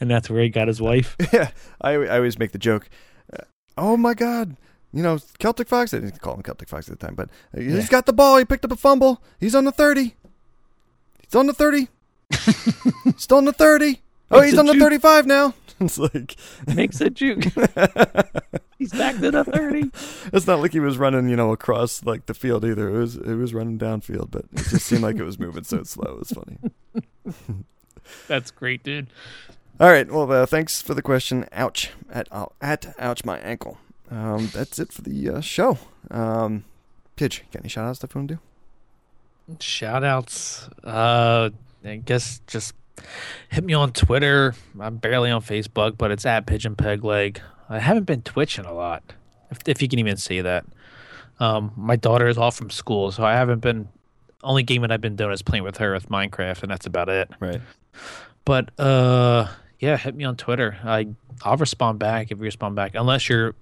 S1: And that's where he got his
S2: [LAUGHS]
S1: wife.
S2: yeah, I, I always make the joke. uh, Oh my God! You know Celtic Fox. I didn't call him Celtic Fox at the time, but uh, he's
S1: Yeah.
S2: got the ball. He picked up a fumble. He's on the thirty. He's on the [LAUGHS] thirty. Still on the thirty. Oh,
S1: Makes
S2: he's
S1: a
S2: on the
S1: juke.
S2: thirty-five now. [LAUGHS] it's like
S1: Makes a
S2: [LAUGHS]
S1: juke. He's back to the 30.
S2: It's not like he was running, you know, across like the field either. It was it was running downfield, but it just seemed like it was moving so slow. It was funny.
S1: That's great, dude.
S2: All right. Well, uh, thanks for the question. Ouch. At uh, at ouch my ankle. Um, that's it for the uh, show. Um, Pidge, got any shout outs that you want to do?
S1: Shout outs. Uh, I guess just hit me on Twitter. I'm barely on Facebook, but it's at Pigeon Peg Leg. I haven't been twitching a lot, if, if you can even see that. Um, my daughter is off from school, so I haven't been. Only game that I've been doing is playing with her with Minecraft, and that's about it.
S2: Right.
S1: But uh, yeah, hit me on Twitter. I I'll respond back if you respond back, unless you're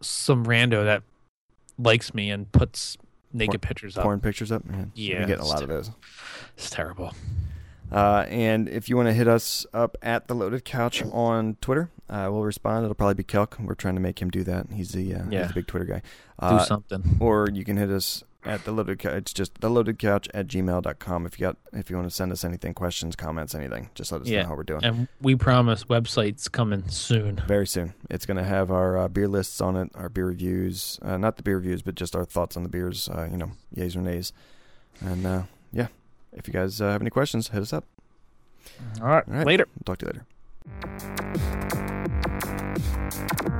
S1: some rando that likes me and puts naked pictures up.
S2: Porn pictures up. Man,
S1: Yeah,
S2: we get a
S1: it's
S2: lot of those.
S1: It's terrible.
S2: Uh, and if you want to hit us up at the Loaded Couch on Twitter, uh, we'll respond. It'll probably be Kelk. We're trying to make him do that. He's the uh,
S1: Yeah.
S2: he's the big Twitter guy.
S1: Do
S2: Uh,
S1: something.
S2: or you can hit us at the loaded couch. It's just the loaded couch at gmail.com. If you got if you want to send us anything, questions, comments, anything, just let us
S1: Yeah.
S2: know how we're doing.
S1: And we promise websites coming soon.
S2: Very soon, it's going to have our uh, beer lists on it, our beer reviews, uh, not the beer reviews, but just our thoughts on the beers. Uh, you know, yays or nays, and uh, yeah. If you guys uh, have any questions, hit us up.
S1: All right.
S2: All right.
S1: Later.
S2: We'll talk to you later.